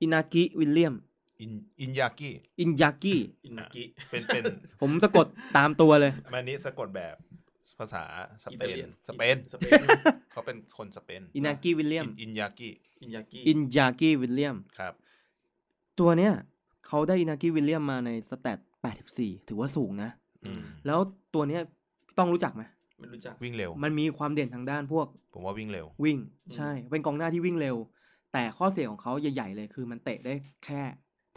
[SPEAKER 3] อินากิวิลเลียม
[SPEAKER 2] อินอินยากิ
[SPEAKER 3] อินยากิ
[SPEAKER 4] อินนากิ
[SPEAKER 2] เป็นเป็น
[SPEAKER 3] ผมสะกดตามตัวเลย
[SPEAKER 2] อันนี้สะกดแบบภาษาสเป
[SPEAKER 4] อิตาลี
[SPEAKER 2] น
[SPEAKER 4] ย
[SPEAKER 2] สเปน
[SPEAKER 4] สเปน
[SPEAKER 2] เขาเป็นคนสเปน
[SPEAKER 3] อินากิวิลเลียม
[SPEAKER 2] อินยากิ
[SPEAKER 4] อินยากิ
[SPEAKER 3] อินยากิวิลเลียม
[SPEAKER 2] ครับ
[SPEAKER 3] ตัวเนี้ยเขาได้อินากิวิลเลียมมาในสแตท84 ถือว่าสูงนะ
[SPEAKER 2] อืม
[SPEAKER 3] แล้วตัวเนี้ยต้องรู้จักไหม
[SPEAKER 4] ไม่รู้จัก
[SPEAKER 2] วิ่งเร็ว
[SPEAKER 3] มันมีความเด่นทางด้านพวก
[SPEAKER 2] ผมว่าวิ่งเร็ว
[SPEAKER 3] วิ่ง
[SPEAKER 4] อืม
[SPEAKER 3] ใช่ เป็นกองหน้าที่วิ่งเร็ว แต่ข้อเสียของเขาใหญ่ ๆ เลยคือมันเตะได้แค่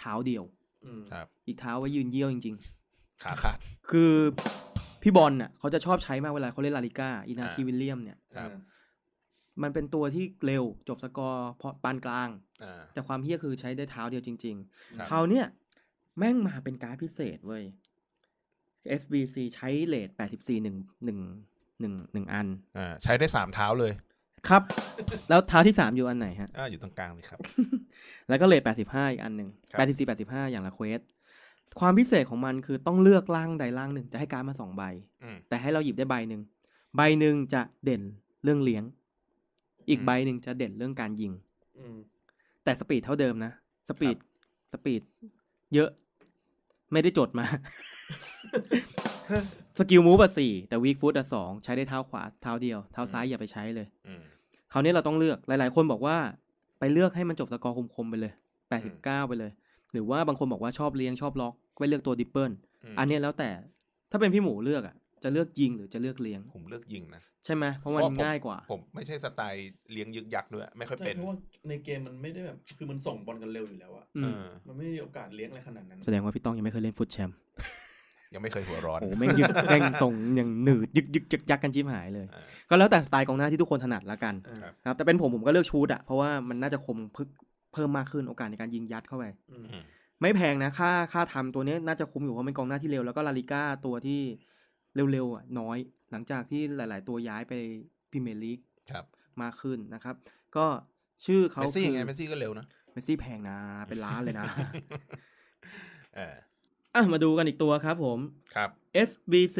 [SPEAKER 3] เท้าเดียว
[SPEAKER 4] อืม
[SPEAKER 2] ครับ
[SPEAKER 3] อีกเท้าไว้ยืนเยี่ยวจริง
[SPEAKER 2] ขาขาด
[SPEAKER 3] ๆ คือพี่บอลน่ะเขาจะชอบใช้มากเวลาเขาเล่นลาลิก้าอินาที
[SPEAKER 2] อ่า
[SPEAKER 3] วิลเลียมเนี่ย
[SPEAKER 2] ครับ
[SPEAKER 3] มันเป็นตัวที่เร็วจบสกอร์พอปานกลาง
[SPEAKER 2] อ่า
[SPEAKER 3] แต่ความเฮี้ยคือใช้ได้เท้าเดียวจริง
[SPEAKER 2] ครับ
[SPEAKER 3] ๆ เขาวเนี่ยแม่งมาเป็นการดพิเศษเว้ย SBC ใช้เลท84หนึ่งหนึ่งหนึ่งหนึ่งอัน
[SPEAKER 2] อ่าใช้ได้สามเท้าเลย [LAUGHS]
[SPEAKER 3] ครับ แล้วเท้าที่สามอยู่อันไหนฮะ
[SPEAKER 2] อ่าอยู่ตรงกลางเลยครับ
[SPEAKER 3] แล้วก็เลท85 อีกอันหนึ่ง
[SPEAKER 2] ครับ
[SPEAKER 3] 84 85 อย่างละเควส ความพิเศษของมันคือต้องเลือกร่างใดร่างหนึ่ง จะให้การดมาสองใบ
[SPEAKER 2] อืม
[SPEAKER 3] แต่ให้เราหยิบได้ใบหนึ่ง ใบหนึ่งจะเด่นเรื่องเลี้ยง อีก
[SPEAKER 2] อืม
[SPEAKER 3] ใบหนึ่งจะเด่นเรื่องการยิง
[SPEAKER 4] อืม
[SPEAKER 3] แต่สปีดเท่าเดิมนะ สปีด สปีด เยอะ ไม่ได้จดมา
[SPEAKER 2] [LAUGHS]
[SPEAKER 3] สกิลมูฟอะสี่แต่วีคฟุตอะสองใช้ได้เท้าขวาเท้าเดียว เท้าซ้ายอย่าไปใช้เลย
[SPEAKER 2] อืม
[SPEAKER 3] คราวนี้เราต้องเลือกหลาย ๆ คนบอกว่าไปเลือกให้มันจบสกอร์คม ๆ ไปเลย
[SPEAKER 2] ม
[SPEAKER 3] 89 ไปเลย หรือว่าบางคนบอกว่าชอบเลี้ยงชอบล็อกก็ไปเลือกตัวดิปเปิล
[SPEAKER 2] อั
[SPEAKER 3] อันเนี้ยแล้วแต่ถ้าเป็นพี่หมูเลือกอ่ะจะเลือกยิงหรือจะเลือกเลี้ยง
[SPEAKER 2] ผมเลือกยิงนะ
[SPEAKER 3] ใช่ไหมเพราะมัน
[SPEAKER 2] เพราะผม
[SPEAKER 3] ง่ายกว่า
[SPEAKER 2] ผมไม่ใช่สไตล์เลี้ยงยึกยักด้วย ไม่ค่อย
[SPEAKER 4] ใช่
[SPEAKER 2] เป็น
[SPEAKER 4] เพราะว่าในเกมมันไม่ได้แบบคือมันส่งบอลกันเร็วอยู่แล้วอะ
[SPEAKER 3] อื
[SPEAKER 2] เอ
[SPEAKER 3] ม
[SPEAKER 2] อ
[SPEAKER 4] มันไม่ได้โอกาสเลี้ยงอะไรขนาดนั้น
[SPEAKER 3] แสดงว่าพี่ต้องยังไม่เคยเล่นฟุตแชมป์
[SPEAKER 2] ยังไม่เคยหัวร้อน
[SPEAKER 3] โอ้แม่งยึก แม่งส่งอย่างหนืดยึกยึกยักยักกันชิบหายเลย
[SPEAKER 2] อ่า
[SPEAKER 3] ก็แล้วแต่สไตล์กองหน้าที่ทุกคนถนัดละกัน
[SPEAKER 4] อ่า
[SPEAKER 2] ครับ
[SPEAKER 3] ครับแต่เป็นผมผมก็เลือกชูดอ่ะเพราะว่ามันน่าจะคมเพิ่มเพิ่มมากขึ้นโอกาสในการยิงยัดเข้าไป
[SPEAKER 4] อืม
[SPEAKER 2] อืม
[SPEAKER 3] ไม่แพงนะค่าค่าทำตัวเนี้ยน่าจะคุ้มอยู่เพราะเป็นกองหน้าที่เร็วแล้วก็ลาลิก้าตัวที่เร็วๆอ่ะน้อย หลังจากที่หลาย ๆ ตัวย้ายไปพรีเมียร์ลีก
[SPEAKER 2] ครับ
[SPEAKER 3] มากขึ้นนะครับ ก็ชื่อเขา
[SPEAKER 2] เมสซี่
[SPEAKER 3] คือ
[SPEAKER 2] ไงเมสซี่ก็เร็วนะ
[SPEAKER 3] เมสซี่แพงนะ เป็นล้านเลยนะ [LAUGHS]
[SPEAKER 2] เออ
[SPEAKER 3] อ่ะมาดูกันอีกตัวครับผม
[SPEAKER 2] ครับ
[SPEAKER 3] SBC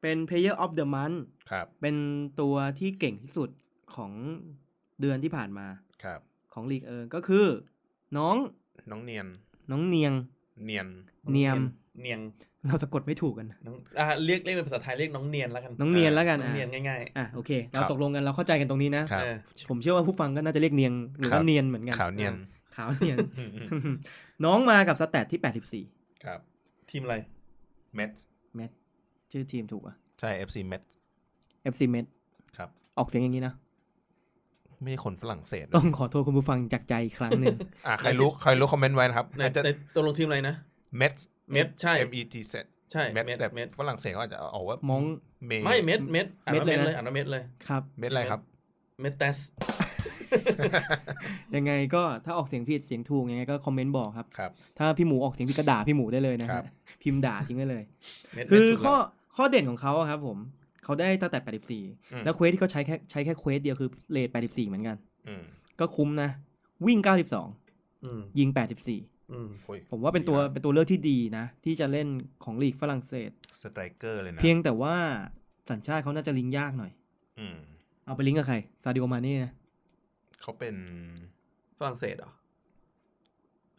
[SPEAKER 3] เป็น Player of the Month
[SPEAKER 2] ครับ
[SPEAKER 3] เป็นตัวที่เก่งที่สุดของเดือนที่ผ่านมา
[SPEAKER 2] ครับ
[SPEAKER 3] ของลีกเอิงก็คือ น้อง
[SPEAKER 2] น้องเนียน
[SPEAKER 3] น้องเนียง
[SPEAKER 2] เนียน
[SPEAKER 3] เนียม
[SPEAKER 4] เนียง
[SPEAKER 3] เราสะกดไม่ถูกกันนะ
[SPEAKER 4] น้องอ่าเรียกเรียกเป็นภาษาไทยเรียกน้องเนียนแล้วกัน
[SPEAKER 3] น้องเนียนแล้วกัน
[SPEAKER 4] น้องเนียน
[SPEAKER 3] อ่ะ
[SPEAKER 4] ง่าย
[SPEAKER 3] อ่ะโอเค
[SPEAKER 2] ครั
[SPEAKER 3] เรา
[SPEAKER 2] บ
[SPEAKER 3] ตกลงกันเราเข้าใจกันตรงนี้นะ
[SPEAKER 2] ครับ
[SPEAKER 4] เออ
[SPEAKER 3] ผมเชื่อว่าผู้ฟังก็น่าจะเรียกเนียงหรือ
[SPEAKER 2] ครั
[SPEAKER 3] ว่า
[SPEAKER 2] บ
[SPEAKER 3] เนียนเหมือนกัน
[SPEAKER 2] ขาวเนียน
[SPEAKER 3] ออขาวเนียน
[SPEAKER 2] อืม
[SPEAKER 3] [LAUGHS] น้องมากับสแตทที่
[SPEAKER 2] ครับ
[SPEAKER 4] ทีมอะไร
[SPEAKER 2] เมส
[SPEAKER 3] 84 เมตรชื่อทีมถูกอ่ะ
[SPEAKER 2] ใช่ FC เมส
[SPEAKER 3] FC เมตร
[SPEAKER 2] ครับ
[SPEAKER 3] ออกเสียงอย่างนี้นะ
[SPEAKER 2] ไม่ใช่คนฝรั่งเศสนะ
[SPEAKER 3] ต้องขอโทษคุณผู้ฟังจากใจอีกครั้ง
[SPEAKER 2] [LAUGHS]
[SPEAKER 3] หนึ่ง
[SPEAKER 2] อ่ะใครรู้ใครรู้คอมเมนต์ไว้นะครับ
[SPEAKER 4] ใน
[SPEAKER 2] อาจจะ
[SPEAKER 4] ในตกลงทีมอะไรนะ
[SPEAKER 2] เมส
[SPEAKER 4] เม็ดใช่
[SPEAKER 2] M E T Z
[SPEAKER 4] ใช่
[SPEAKER 2] เมส
[SPEAKER 4] เม็ด
[SPEAKER 2] แต่
[SPEAKER 4] เม็ด
[SPEAKER 2] ฝรั่งเศสเขาอาจจะออกว่าม
[SPEAKER 3] อง
[SPEAKER 2] เมย์
[SPEAKER 4] ไม่เม็ดเม็ดอ่านว่า
[SPEAKER 3] เม็ดเลย
[SPEAKER 4] เม็ด
[SPEAKER 3] นะ
[SPEAKER 4] เลยอ่านว่าเม็ดเลย
[SPEAKER 3] ครับ
[SPEAKER 2] เมสอะไรครับ
[SPEAKER 4] เม็ดเตส
[SPEAKER 3] ยังไงก็ถ้าออกเสียงผิดเสียงถูกยังไงก็คอมเมนต์บอกครับ
[SPEAKER 2] ครับ
[SPEAKER 3] ถ้าพี่หมูออกเสียงผิดก็ด่าพี่หมูได้เลยนะ
[SPEAKER 2] ครั
[SPEAKER 3] ฮะ
[SPEAKER 2] บ
[SPEAKER 3] พิมพ์ด่าทิ้งไว้เลย
[SPEAKER 4] เม็ด
[SPEAKER 3] คือ
[SPEAKER 4] เม็ดถูก
[SPEAKER 3] ข้อ
[SPEAKER 4] แล้ว
[SPEAKER 3] ข้อเด่นของเขาอะครับผมเขาได้ตั้งแต่
[SPEAKER 2] อืม
[SPEAKER 3] 84 แล้วเควสที่เขาใช้แค่ใช้แค่เควสเดียวคือเลท84 เหมือนกัน
[SPEAKER 2] อืม
[SPEAKER 3] ก็คุ้มนะ วิ่ง 92
[SPEAKER 4] อืม
[SPEAKER 3] ยิง
[SPEAKER 4] อืม
[SPEAKER 2] โอ้ย
[SPEAKER 3] 84 ผมว่าเป็นตัว
[SPEAKER 2] ดีะ
[SPEAKER 3] เป็นตัวเลือกที่ดีนะ ที่จะเล่นของลีกฝรั่งเศส
[SPEAKER 2] สไตรเกอร์เลยนะ
[SPEAKER 3] เพียงแต่ว่าสัญชาติเขาน่าจะลิงก์ยากหน่อย
[SPEAKER 2] อืม
[SPEAKER 3] เอาไปลิงก์กับใครซาดิโอมาเน่นะ
[SPEAKER 2] เขาเป็น
[SPEAKER 4] ฝรั่งเศสเหรอ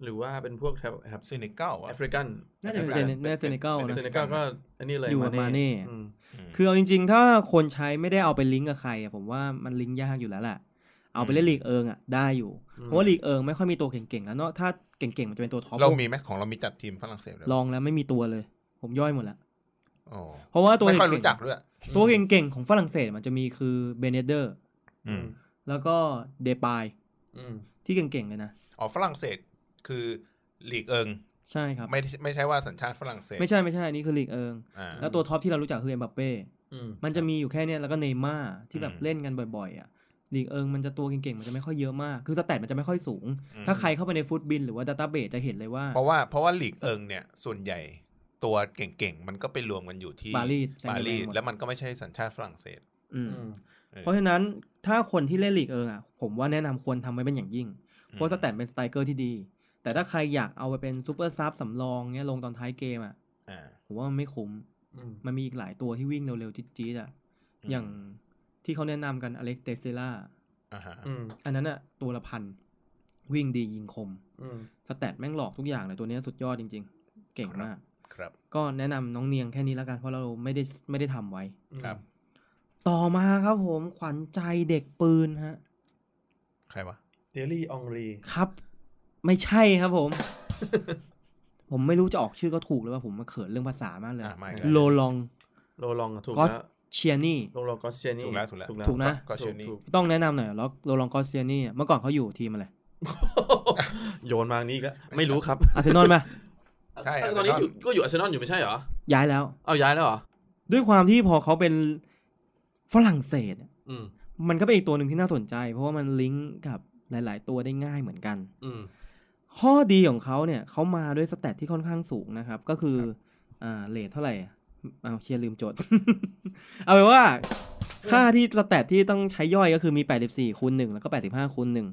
[SPEAKER 4] หรือว่าเป็นพวกแถบแถบ
[SPEAKER 2] เซเนกัลอ่ะ
[SPEAKER 4] แอฟริกัน
[SPEAKER 3] น่าจะเป็น
[SPEAKER 2] ไม่
[SPEAKER 3] เซ
[SPEAKER 2] ได้เป็น
[SPEAKER 3] เนน่าจะเซเนกัล
[SPEAKER 2] เป็น
[SPEAKER 3] นะ
[SPEAKER 4] เซเนกัลก็อันนี้เลย
[SPEAKER 3] อยู่กับ
[SPEAKER 4] มาเน่
[SPEAKER 3] มาเน่
[SPEAKER 4] อืม
[SPEAKER 2] ม
[SPEAKER 3] คือเอาจริง ๆ ถ้าคนใช้ไม่ได้เอาไปลิงก์กับใครอะผมว่ามันลิงก์ยากอยู่แล้วแหละเอาไปเล่นลีกเอิงอะได้อยู่เพราะว่าลีกเอิงไม่ค่อยมีตัวเก่งๆแล้วเนาะถ้าเก่งๆมันจะเป็นตัวท็อป
[SPEAKER 2] เรามีไหมของเรามีจัดทีมฝรั่งเศสด้วย
[SPEAKER 3] ลองแล้วไม่มีตัวเลย ผมย่อยหมดละ
[SPEAKER 2] อ๋อ
[SPEAKER 3] เพราะว่าตัว
[SPEAKER 2] ไม่ค่อย
[SPEAKER 3] เงๆ
[SPEAKER 2] รู้จักด้วย
[SPEAKER 3] ตัวเก่งๆของฝรั่งเศสมันจะมีคือเบเนเดอร์
[SPEAKER 2] อืม
[SPEAKER 3] แล้วก็เดปาย
[SPEAKER 4] อืม
[SPEAKER 3] ที่เก่งๆเลยนะ
[SPEAKER 2] อ๋อฝรั่งเศสคือลีกเอิง
[SPEAKER 3] ใช่ครับ
[SPEAKER 2] ไม่ไม่ใช่ว่าสัญชาติฝรั่งเศส
[SPEAKER 3] ไม่ใช่ไม่ใช่อันนี้คือลีกเอิง
[SPEAKER 2] อ่า
[SPEAKER 3] แล้วตัวท็อปที่เรารู้จักคือเอ็มบัปเป้
[SPEAKER 4] อืม
[SPEAKER 3] มันจะมีอยู่แค่เนี้ยแล้วก็เนย์ม่าร์ที่แบบ
[SPEAKER 2] อืม
[SPEAKER 3] เล่นกันบ่อยๆอ่ะ ลีกเอิงมันจะตัวเก่งๆ มันจะไม่ค่อยเยอะมาก คือสแตทมันจะไม่ค่อยสูง
[SPEAKER 2] อืม
[SPEAKER 3] ถ้าใครเข้าไปในฟุตบินหรือว่าดัตต้าเบสจะเห็นเลยว่า
[SPEAKER 2] เพราะว่าเพราะว่าลีกเอิงเนี่ยส่วนใหญ่ตัวเก่งๆ มันก็ไปรวมกันอยู่ที่
[SPEAKER 3] ปารีส
[SPEAKER 2] ปารีส
[SPEAKER 3] หมด
[SPEAKER 2] แล้วมันก็ไม่ใช่สัญชาติฝรั่งเศส
[SPEAKER 3] อืม
[SPEAKER 2] ออ
[SPEAKER 3] เพราะฉะนั้นถ้าคนที่เล่นลีกเอิงอ่ะผมว่าแนะนำควรทำไว้เป็นอย่างยิ่ง เพราะสแตทเป็นสไตรเกอร์ที่ดี แต่ถ้าใครอยากเอาไปเป็นซูเปอร์ซับสำรองเนี่ยลงตอนท้ายเกมอ่ะ
[SPEAKER 2] อ่า
[SPEAKER 3] ผมว่ามันไม่คุ้ม
[SPEAKER 4] อืม
[SPEAKER 3] มันมีอีกหลายตัวที่วิ่งเร็วๆจี๊ดๆอ่ะ
[SPEAKER 2] อืม
[SPEAKER 3] อย่างที่เขาแนะนำกันอเล็กเตเซล่า
[SPEAKER 2] อ่าฮะ
[SPEAKER 4] อืม
[SPEAKER 3] อันนั้นอ่ะตัวละพันวิ่งดียิงคม
[SPEAKER 4] อืม
[SPEAKER 3] สแตทแม่งหลอกทุกอย่างเลยตัวเนี้ยสุดยอดจริง ๆ เก่งมาก
[SPEAKER 2] ครับ
[SPEAKER 3] ก็แนะนำน้องเนียงแค่นี้แล้วกันเพราะเราไม่ได้ไม่ได้ทำไว้
[SPEAKER 2] ครับ
[SPEAKER 3] ต่อมาครับผมขวัญใจเด็กปืนฮะ
[SPEAKER 2] ใครวะ
[SPEAKER 4] เดลี่องรี
[SPEAKER 3] ครับ ไม่ใช่ครับผม ผมไม่รู้จะออกชื่อก็ถูกหรือเปล่าผมมาเขินเรื่องภาษามากเลย
[SPEAKER 2] อ่ะไม่เป็นไร
[SPEAKER 3] โลลอง
[SPEAKER 4] โลลองอะถูก
[SPEAKER 3] ก็
[SPEAKER 4] แล้ว
[SPEAKER 3] เชียนี่
[SPEAKER 4] โลลองก็เชนี่
[SPEAKER 2] ถูกแล้วถูกแล้ว
[SPEAKER 3] ถูกนะ
[SPEAKER 2] ก็เชนี่
[SPEAKER 4] ถูกถูก
[SPEAKER 3] ต้องแนะนำหน่อยแล้วโลลองกอสเชียนี่เมื่อก่อนเขาอยู่ทีมอะไร
[SPEAKER 4] โยนมานี้ก็ไม่รู้ครับ
[SPEAKER 3] อาร์เซนอลไหม
[SPEAKER 2] ใช่
[SPEAKER 4] อ่ะตอนนี้
[SPEAKER 2] Arsenal
[SPEAKER 4] อยู่ก็อยู่อาร์เซนอลอยู่ไม่ใช่เหรอ
[SPEAKER 3] ย้ายแล้ว
[SPEAKER 4] เอาย้ายแล้วเหรอ
[SPEAKER 3] ด้วยความที่พอเขาเป็นฝรั่งเศส
[SPEAKER 4] อืม
[SPEAKER 3] มันก็เป็นอีกตัวหนึ่งที่น่าสนใจ เพราะว่ามันลิงก์กับหลาย ๆ ตัวได้ง่ายเหมือนกัน
[SPEAKER 4] อืม
[SPEAKER 3] ข้อดีของเขาเนี่ยเขามาด้วยสแตทที่ค่อนข้างสูงนะครับ ก็คืออ่าเลทเท่าไหร่อะเอาเชียร์ [LAUGHS] ลืมจด เอาเป็นว่า ค่าที่สแตทที่ต้องใช้ย่อยก็คือมี 84คูณ1แล้วก็ 85คูณ
[SPEAKER 1] อื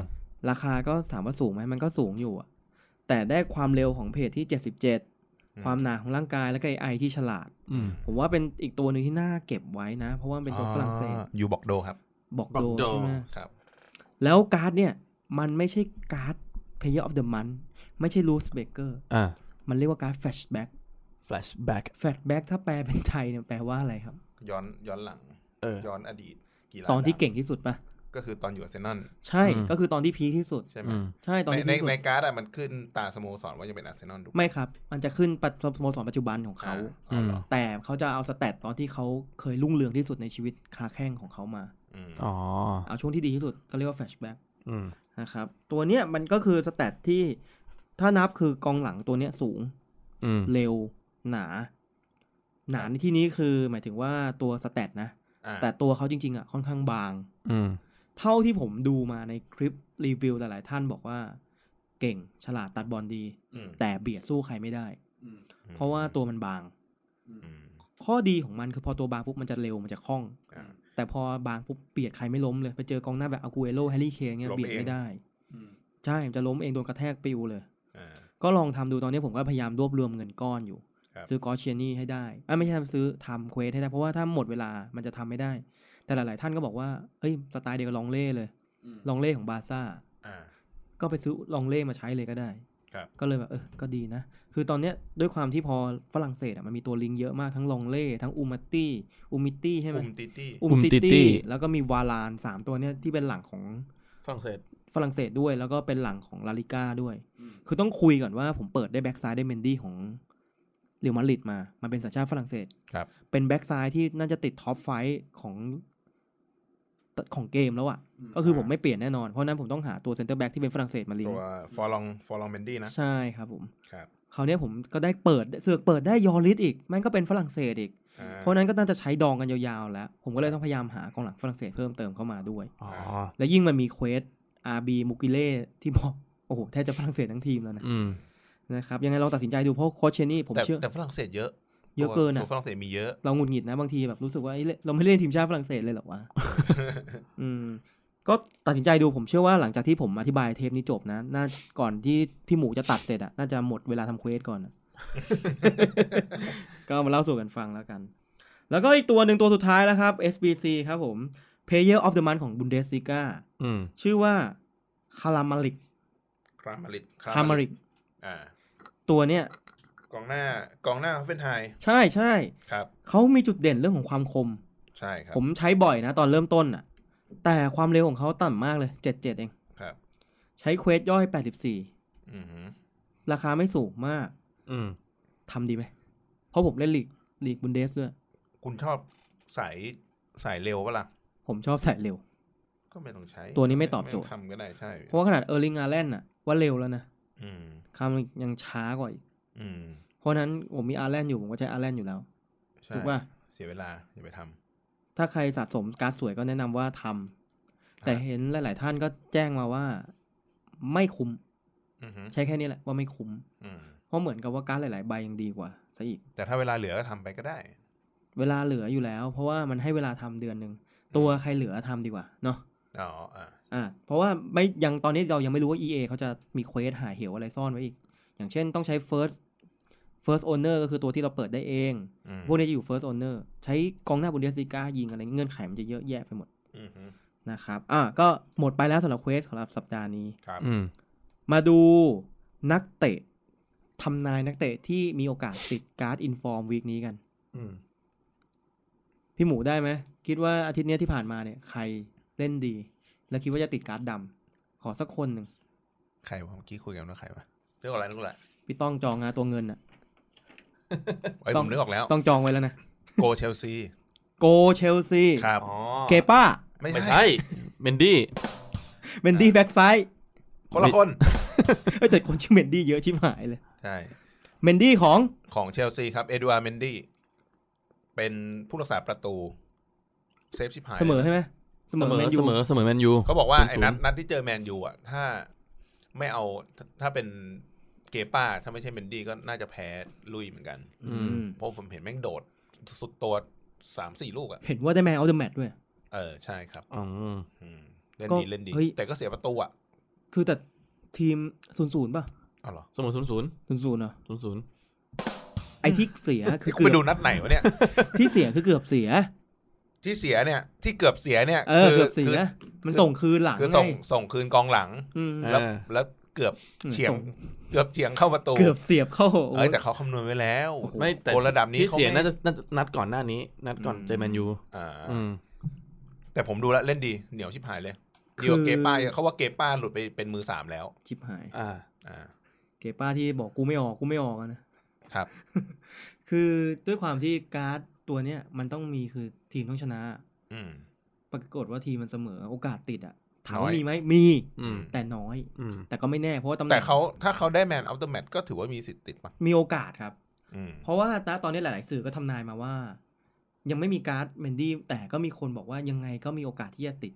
[SPEAKER 1] ม
[SPEAKER 3] 1ราคาก็ถามว่าสูงไหมมันก็สูงอยู่อะแต่ได้ความเร็วของเพจที่ 77 ความหนาของร่างกายแล้วก็ไอที่ฉลาด
[SPEAKER 1] อืม
[SPEAKER 3] ผมว่าเป็นอีกตัวหนึ่งที่น่าเก็บไว้นะ เพราะว่ามันเป็นตัวฝรั่งเศส
[SPEAKER 2] อ่าอยู่บอกโดครับ
[SPEAKER 3] บอก
[SPEAKER 4] บอก
[SPEAKER 3] โด
[SPEAKER 4] โด
[SPEAKER 3] ใช่ไหม
[SPEAKER 2] ครับ
[SPEAKER 3] แล้วการ์ดเนี่ย มันไม่ใช่การ์ด Player of the Month ไม่ใช่ Rules Breaker
[SPEAKER 4] อ่า
[SPEAKER 3] มันเรียกว่าการ์ด Flashback
[SPEAKER 4] flashback
[SPEAKER 3] Flashback ถ้าแปลเป็นไทยเนี่ยแปลว่าอะไรครับ
[SPEAKER 2] ย้อนย้อนหลัง
[SPEAKER 4] เออ
[SPEAKER 2] ย้อนอดีตกีฬา
[SPEAKER 3] ตอนที่
[SPEAKER 2] ดั
[SPEAKER 3] เก่งที่สุดปะ
[SPEAKER 2] ก็คือตอนอยู่อาร์เซนอล
[SPEAKER 3] ใช่
[SPEAKER 4] อืม
[SPEAKER 3] ก็คือตอนที่พีคที่สุด
[SPEAKER 2] ใช่ไหม
[SPEAKER 3] ใช่ตอน
[SPEAKER 2] ใน
[SPEAKER 3] ที่
[SPEAKER 2] ใน
[SPEAKER 3] พีค
[SPEAKER 2] ใน
[SPEAKER 3] ที่สุด
[SPEAKER 2] การ์ดอะมันขึ้นตาสโมสรว่ายังเป็นอาร์เซนอลถูกไหม
[SPEAKER 3] ไม่ครับ มันจะขึ้นปัจสโมสรปัจจุบันของ
[SPEAKER 2] อ่
[SPEAKER 3] เขา
[SPEAKER 2] อ๋อเหรอ
[SPEAKER 3] แต่เขาจะเอาสแตทตอนที่เขาเคยรุ่งเรืองที่สุดในชีวิตคาแข้งของเขามา
[SPEAKER 2] อืม
[SPEAKER 4] อ๋อ
[SPEAKER 3] เอาช่วงที่ดีที่สุดก็เรียกว่า Flashback
[SPEAKER 4] อืม
[SPEAKER 3] นะครับตัวเนี้ยมันก็คือสแตทที่ถ้านับคือกองหลังตัวเนี้ยสูง
[SPEAKER 4] อืม
[SPEAKER 3] เร็วหนา หนาในที่นี้คือหมายถึงว่าตัวสแตทนะ
[SPEAKER 2] อ่า
[SPEAKER 3] แต่ตัวเขาจริง ๆ อ่ะ ค่อนข้างบาง
[SPEAKER 4] อืม
[SPEAKER 3] เท่าที่ผมดูมาในคลิปรีวิวหลายๆท่านบอกว่า เก่งฉลาดตัดบอลดี
[SPEAKER 2] อืม
[SPEAKER 3] แต่เบียดสู้ใครไม่ได้ เพราะว่าตัวมันบาง
[SPEAKER 2] อืม
[SPEAKER 3] ข้อดีของมันคือพอตัวบางปุ๊บมันจะเร็วมันจะคล่อง
[SPEAKER 2] อ่า
[SPEAKER 3] แต่พอบางปุ๊บเบียดใครไม่ล้มเลย ไปเจอกองหน้าแบบอากูเอโรแฮร์รี่เคนเงี้ย
[SPEAKER 2] ล้ม
[SPEAKER 3] เบียด
[SPEAKER 2] เอง
[SPEAKER 3] ไม่ได้ ใช่มันจะล้มเองโดนกระแทกปิวเลย
[SPEAKER 2] อ่า
[SPEAKER 3] ก็ลองทำดูตอนนี้ผมก็พยายามรวบรวมเงินก้อนอยู่
[SPEAKER 2] ครับ
[SPEAKER 3] ซื้อกอเชียนี่ให้ได้อ่ะไม่ใช่ซื้อทำเควสให้ได้ เพราะว่าถ้าหมดเวลามันจะทำไม่ได้ แต่หลาย ๆ ท่านก็บอกว่าเอ้ยสไตล์เดียวกับลองเล่เลย ลองเล่ของบาร์ซ่า
[SPEAKER 2] อ่า
[SPEAKER 3] ก็ไปซื้อลองเล่มาใช้เลยก็ได้
[SPEAKER 2] ครับ
[SPEAKER 3] ก็เลยแบบเออก็ดีนะ คือตอนเนี้ยด้วยความที่พอฝรั่งเศสอ่ะมันมีตัวลิงเยอะมากทั้งลองเล่ทั้งอูมาตี้อูมิตี้ใช่ไหม
[SPEAKER 2] อุมติตี้
[SPEAKER 3] อูมติตี้แล้วก็มีวาลานสามตัวเนี้ยที่เป็นหลังของ
[SPEAKER 4] ฝรั่งเศส
[SPEAKER 3] ฝรั่งเศสด้วย แล้วก็เป็นหลังของลาลิก้าด้วย คือต้องคุยก่อนว่าผมเปิดได้แบ็กซ้ายได้เมนดี้ของเรอัลมาดริดมา มันเป็นสัญชาติฝรั่งเศส
[SPEAKER 2] ครับ
[SPEAKER 3] เป็นแบ็กซ้ายที่น่าจะติดท็อปไฟว์ของของเกมแล้วอะ่ะ
[SPEAKER 4] อืม
[SPEAKER 3] ก็คือผมไม่เปลี่ยนแน่นอน เพราะฉะนั้นผมต้องหาตัวเซนเตอร์แบ็กที่เป็นฝรั่งเศสมาลิง
[SPEAKER 2] ตัว
[SPEAKER 3] ก์
[SPEAKER 2] ฟอลองฟอลองเมนดี้นะ
[SPEAKER 3] ใช่ครับผม
[SPEAKER 2] ครับ
[SPEAKER 3] คราวเนี้ยผมก็ได้เปิดเสือกเปิดได้ยอริสอีก มันก็เป็นฝรั่งเศสอีก
[SPEAKER 2] อ่
[SPEAKER 3] เพราะฉะนั้นก็น่าจะใช้ดองกันยาวๆ แล้ว ผมก็เลยต้องพยายามหากองหลังฝรั่งเศสเพิ่มเติมเข้ามาด้วย
[SPEAKER 4] อ๋อ
[SPEAKER 3] และยิ่งมันมีเควสอาร์บีมุกิเล่ที่บอกโอ้โหแทบจะฝรั่งเศสทั้งทีมแล้วนะ
[SPEAKER 4] อืม
[SPEAKER 3] นะครับยังไงลองตัดสินใจดูเพราะโคชเชนี่ผม
[SPEAKER 2] แต่
[SPEAKER 3] เชื่อ
[SPEAKER 2] แต่ฝรั่งเศสเยอะ
[SPEAKER 3] เยอะเกินอะ
[SPEAKER 2] ตัวตัวฝรั่งเศสมีเยอะ
[SPEAKER 3] เราหงุดหงิดนะบางทีแบบรู้สึกว่าเอ้ยเล่นเราไม่เล่นทีมชาติฝรั่งเศสเลยเหรอวะ อืม ก็ตัดสินใจดูผมเชื่อว่าหลังจากที่ผมอธิบายเทปนี้จบนะน่าก่อนที่พี่หมูจะตัดเสร็จอะน่าจะหมดเวลาทำเควสก่อนอะ [LAUGHS] ก็มาเล่าสู่กันฟังแล้วกัน แล้วก็อีกตัวหนึ่งตัวสุดท้ายแล้วครับ SBC ครับผม Player of the Month ของ Bundesliga
[SPEAKER 4] อืม
[SPEAKER 3] ชื่อว่าคารามาริก
[SPEAKER 2] ครามาริด
[SPEAKER 3] คารามาริก
[SPEAKER 2] อ่า
[SPEAKER 3] ตัวเนี้ย
[SPEAKER 2] กองหน้ากองหน้าเฟนไฮ
[SPEAKER 3] ใช่ใช่
[SPEAKER 2] ครับ
[SPEAKER 3] เขามีจุดเด่นเรื่องของความคม
[SPEAKER 2] ใช่ครับ
[SPEAKER 3] ผมใช้บ่อยนะตอนเริ่มต้นอะแต่ความเร็วของเขาต่ำมากเลย 77 เอง
[SPEAKER 2] ครับ
[SPEAKER 3] ใช้เควสย่อย
[SPEAKER 2] อือหือ
[SPEAKER 3] 84 ราคาไม่สูงมาก
[SPEAKER 4] อืม
[SPEAKER 3] ทำดีไหม เพราะผมเล่นลีกลีกบุนเดสด้วย
[SPEAKER 2] คุณชอบสายสายเร็วปะล่ะ
[SPEAKER 3] ผมชอบใส่เร็ว
[SPEAKER 2] ก็ไม่ต้องใช้
[SPEAKER 3] ตัวนี้ไม่ตอบโจทย์
[SPEAKER 2] ไม่ทำก็ได้ใช่
[SPEAKER 3] เพราะว่าขนาดเออร์ลิงอาแลนน่ะ ว่าเร็วแล้วนะ
[SPEAKER 2] อืม
[SPEAKER 3] คามลิกยังช้ากว่าอีก
[SPEAKER 2] อืม
[SPEAKER 3] เพราะฉะนั้นผมมีอาแลนอยู่ ผมก็ใช้อาแลนอยู่แล้ว
[SPEAKER 2] ใช่
[SPEAKER 3] ถูกป่ะ
[SPEAKER 2] เสียเวลาอย่าไปทำ
[SPEAKER 3] ถ้าใครสะสมการ์ดสวยก็แนะนำว่าทำ แต่เห็นหลาย ๆ ท่านก็แจ้งมาว่าไม่คุ้ม
[SPEAKER 2] อือฮึ
[SPEAKER 3] ใช้แค่นี้แหละว่าไม่คุ้ม
[SPEAKER 2] อืม
[SPEAKER 3] เพราะเหมือนกับว่าการดหลาย ๆ ใบยังดีกว่าซะอีก
[SPEAKER 2] แต่ถ้าเวลาเหลือก็ทำไปก็ได้
[SPEAKER 3] เวลาเหลืออยู่แล้ว เพราะว่ามันให้เวลาทำเดือนหนึ่งตัวใครเหลือทำดีกว่าเนาะ
[SPEAKER 2] อ๋ออ่ะ
[SPEAKER 3] อ่าเพราะว่าไม่ยังตอนนี้เรายังไม่รู้ว่า EA เขาจะมีเควสหาเหวอะไรซ่อนไว้อีก อย่างเช่นต้องใช้ first first owner ก็คือตัวที่เราเปิดได้เอง
[SPEAKER 2] อืม
[SPEAKER 3] พวกนี้จะอยู่ first owner ใช้กองหน้าบุนเดสลิกายิงอะไรเงี้ยเงื่อนไขมันจะเยอะแยะไปหมด
[SPEAKER 2] อือฮึ
[SPEAKER 3] นะครับอ่าก็หมดไปแล้วสำหรับเควสสำหรับสัปดาห์นี้
[SPEAKER 2] ครับ
[SPEAKER 1] อืม
[SPEAKER 3] มาดูนักเตะทำนายนักเตะที่มีโอกาสติดการ์ดอินฟอร์มวีคนี้กัน
[SPEAKER 4] อืม
[SPEAKER 3] พี่หมูได้ไหมคิดว่าอาทิตย์เนี้ยที่ผ่านมาเนี่ยใครเล่นดี และคิดว่าจะติดการ์ดดำขอสักคนหนึ่ง
[SPEAKER 2] ใครวะเมื่อกี้คุยกันว่าใครวะนึกออกแล้วนึกออกแล้ว
[SPEAKER 3] พี่ต้องจองงาตัวเงินอะ
[SPEAKER 2] ไอ้ยผมนึกออกแล้ว
[SPEAKER 3] ต้องจองไว้แล้วนะ
[SPEAKER 2] โกเชลซี
[SPEAKER 3] โกเชลซี
[SPEAKER 2] ครับ
[SPEAKER 4] อ๋อ
[SPEAKER 3] เกป้า
[SPEAKER 2] ไม่
[SPEAKER 4] ไม่
[SPEAKER 2] ใช่
[SPEAKER 4] ใช่ เมนดี้
[SPEAKER 3] เมนดี้แบ็กไซด์
[SPEAKER 2] คนละคน
[SPEAKER 3] เอ้ยแต่คนชื่อเมนดี้เยอะชิบหายเลย
[SPEAKER 2] ใช่
[SPEAKER 3] เมนดี้ของ
[SPEAKER 2] ของเชลซีครับ เอ็ดวาร์เมนดี้ เป็นผู้รักษาประตู เซฟชิบหาย
[SPEAKER 3] เสมอใช่ไหม
[SPEAKER 4] เสมอ
[SPEAKER 3] แนยู
[SPEAKER 4] เสมอเสมอแมนยู
[SPEAKER 2] เขาบอกว่า
[SPEAKER 4] ศูนย์
[SPEAKER 2] ไอ้
[SPEAKER 4] ศูนย์
[SPEAKER 2] นัดนัดที่เจอแมนยูอ่ะ ถ้าไม่เอาถ้าถ้าเป็นเกป้า ถ้าไม่ใช่เมนดี้ก็น่าจะแพ้ลุยเหมือนกัน
[SPEAKER 3] อืม
[SPEAKER 2] เพราะผมเห็นแม่งโดด สุดตัวสามสี่ลูกอ่ะ
[SPEAKER 3] เห็นว่าได้แมนเอาเดอะแมตด้วย
[SPEAKER 2] เออ ใช่ครับ
[SPEAKER 4] อ๋อ
[SPEAKER 2] อืมเล่น
[SPEAKER 3] ก็
[SPEAKER 2] ดีเล่นดี
[SPEAKER 3] เฮ้ย
[SPEAKER 2] แต่ก็เสียประตูอ่ะ
[SPEAKER 3] คือแต่ทีมศูนย์ศูนย์ป่ะ
[SPEAKER 2] เอาเหรอ
[SPEAKER 4] เสมอศูนย์ศูนย์
[SPEAKER 3] ศูนย์ศูนย์เหรอ
[SPEAKER 4] ศูนย์ศูนย์
[SPEAKER 3] ไอที่เสีย
[SPEAKER 2] [LAUGHS]
[SPEAKER 3] คือ
[SPEAKER 2] กู
[SPEAKER 3] เกื
[SPEAKER 2] ไปดู
[SPEAKER 3] อบ
[SPEAKER 2] นัดไหนวะเนี่ย
[SPEAKER 3] ที่เสียคือเกือบเสีย
[SPEAKER 2] ที่เสียเนี่ย ที่เกือบเสียเนี่ย
[SPEAKER 3] เออ
[SPEAKER 2] คื
[SPEAKER 3] เกือบเสี
[SPEAKER 2] คื
[SPEAKER 3] ยมันส่งคืนหลัง
[SPEAKER 2] คือส่ง
[SPEAKER 3] ไง
[SPEAKER 2] ส่งคืนกองหลัง
[SPEAKER 3] อืม
[SPEAKER 2] แล้วแล้วเกือบเฉียง
[SPEAKER 3] ส่ง
[SPEAKER 2] เกือบเฉียงเข้าประตู
[SPEAKER 3] เกือบเสียบเข้า
[SPEAKER 2] เอ้ยแต่เขาคำนวณไว้แล้ว
[SPEAKER 3] โอ้โห
[SPEAKER 4] ไม่แต่
[SPEAKER 2] โกระดับนี้
[SPEAKER 4] ที่
[SPEAKER 2] เขา
[SPEAKER 4] เสีย
[SPEAKER 2] ไม่
[SPEAKER 4] น่าจะน่าจะนัดก่อนหน้านี้ นัดก่อน
[SPEAKER 3] อืม
[SPEAKER 4] เจอแมนยู
[SPEAKER 2] อ่า
[SPEAKER 4] อืม
[SPEAKER 2] แต่ผมดูแล้วเล่นดีเหนียวชิบหายเลย
[SPEAKER 3] คือ
[SPEAKER 2] ดีกว่าเกป้าเขาว่าเกป้าหลุดไปเป็นมือสามแล้ว
[SPEAKER 3] ชิบหาย
[SPEAKER 4] อ่า
[SPEAKER 2] อ่า
[SPEAKER 3] เกป้าที่บอกกูไม่ออกกูไม่ออกอะนะครับ คือด้วยความที่การ์ดตัวเนี้ยมันต้องมีคือทีมต้องชนะ
[SPEAKER 2] อืม
[SPEAKER 3] ปรากฏว่าทีมมันเสมอโอกาสติดอ่ะถาม
[SPEAKER 2] น้อ
[SPEAKER 3] ว่าย มีไหมมี
[SPEAKER 4] อืม
[SPEAKER 3] แต่น้อย
[SPEAKER 4] อืม
[SPEAKER 3] แต่ก็ไม่แน่เพราะว่าตำแห
[SPEAKER 2] แต่
[SPEAKER 3] น่ง
[SPEAKER 2] เขาถ้าเขาได้แมนอัลเตอร์แมตก็ถือว่ามีสิทธิ์ติดมั้ง
[SPEAKER 3] มีโอกาสครับ
[SPEAKER 2] อืม
[SPEAKER 3] เพราะว่าณตอนนี้หลาย ๆ สื่อก็ทำนายมาว่า ยังไม่มีการ์ดเมนดี้แต่ก็มีคนบอกว่ายังไงก็มีโอกาสที่จะติด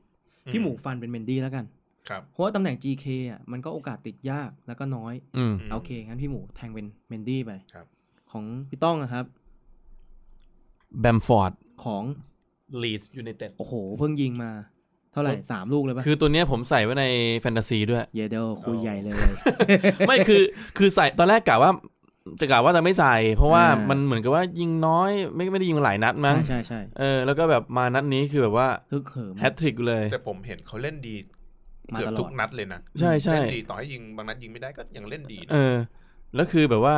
[SPEAKER 3] พี่หมูฟันเป็นเมนดี้แล้วกัน
[SPEAKER 2] ครับ
[SPEAKER 3] เพราะว่าตำแหน่ง GK อ่ะมันก็โอกาสติดยากแล้วก็น้อย
[SPEAKER 4] อืม
[SPEAKER 2] ม
[SPEAKER 3] โอเค งั้นพี่หมูแทงเป็นเมนดี้ไป
[SPEAKER 2] ครับ
[SPEAKER 3] ของพี่ต้องนะครับ
[SPEAKER 4] แบมฟอร์ด
[SPEAKER 3] ของ
[SPEAKER 4] ลีสยูไนเต็ด
[SPEAKER 3] โอ้โห เพิ่งยิงมา เท่าไหร่สามลูกเลยปะ
[SPEAKER 4] คือตัวเนี้ยผมใส่ไว้ในแฟนตาซีด้วย
[SPEAKER 3] เยเดลคุยใหญ่เลย [LAUGHS]
[SPEAKER 4] [LAUGHS] ไม่คือคือใส่ตอนแรกกะว่า จะกะว่าจะไม่ใส่ เพราะว่า
[SPEAKER 3] อ่ามั
[SPEAKER 4] มันเหมือนกับว่ายิงน้อย ไม่ไม่ได้ยิงหลายนัดมั้ง
[SPEAKER 3] ใช่ใช่ใช่
[SPEAKER 4] เออแล้วก็แบบมานัดนี้คือแบบว่า
[SPEAKER 3] ฮึกเหิม
[SPEAKER 4] แฮตทริกเลย
[SPEAKER 2] แต่ผมเห็นเขาเล่นดี
[SPEAKER 3] มา
[SPEAKER 2] เกือบ
[SPEAKER 3] ตลอด
[SPEAKER 2] ทุกนัดเลยนะ
[SPEAKER 4] ใช่ใช่
[SPEAKER 2] เล่นดีต่อให้ยิงบางนัดยิงไม่ได้ก็ยังเล่นดีนะ
[SPEAKER 4] เออ แล้วคือแบบว่า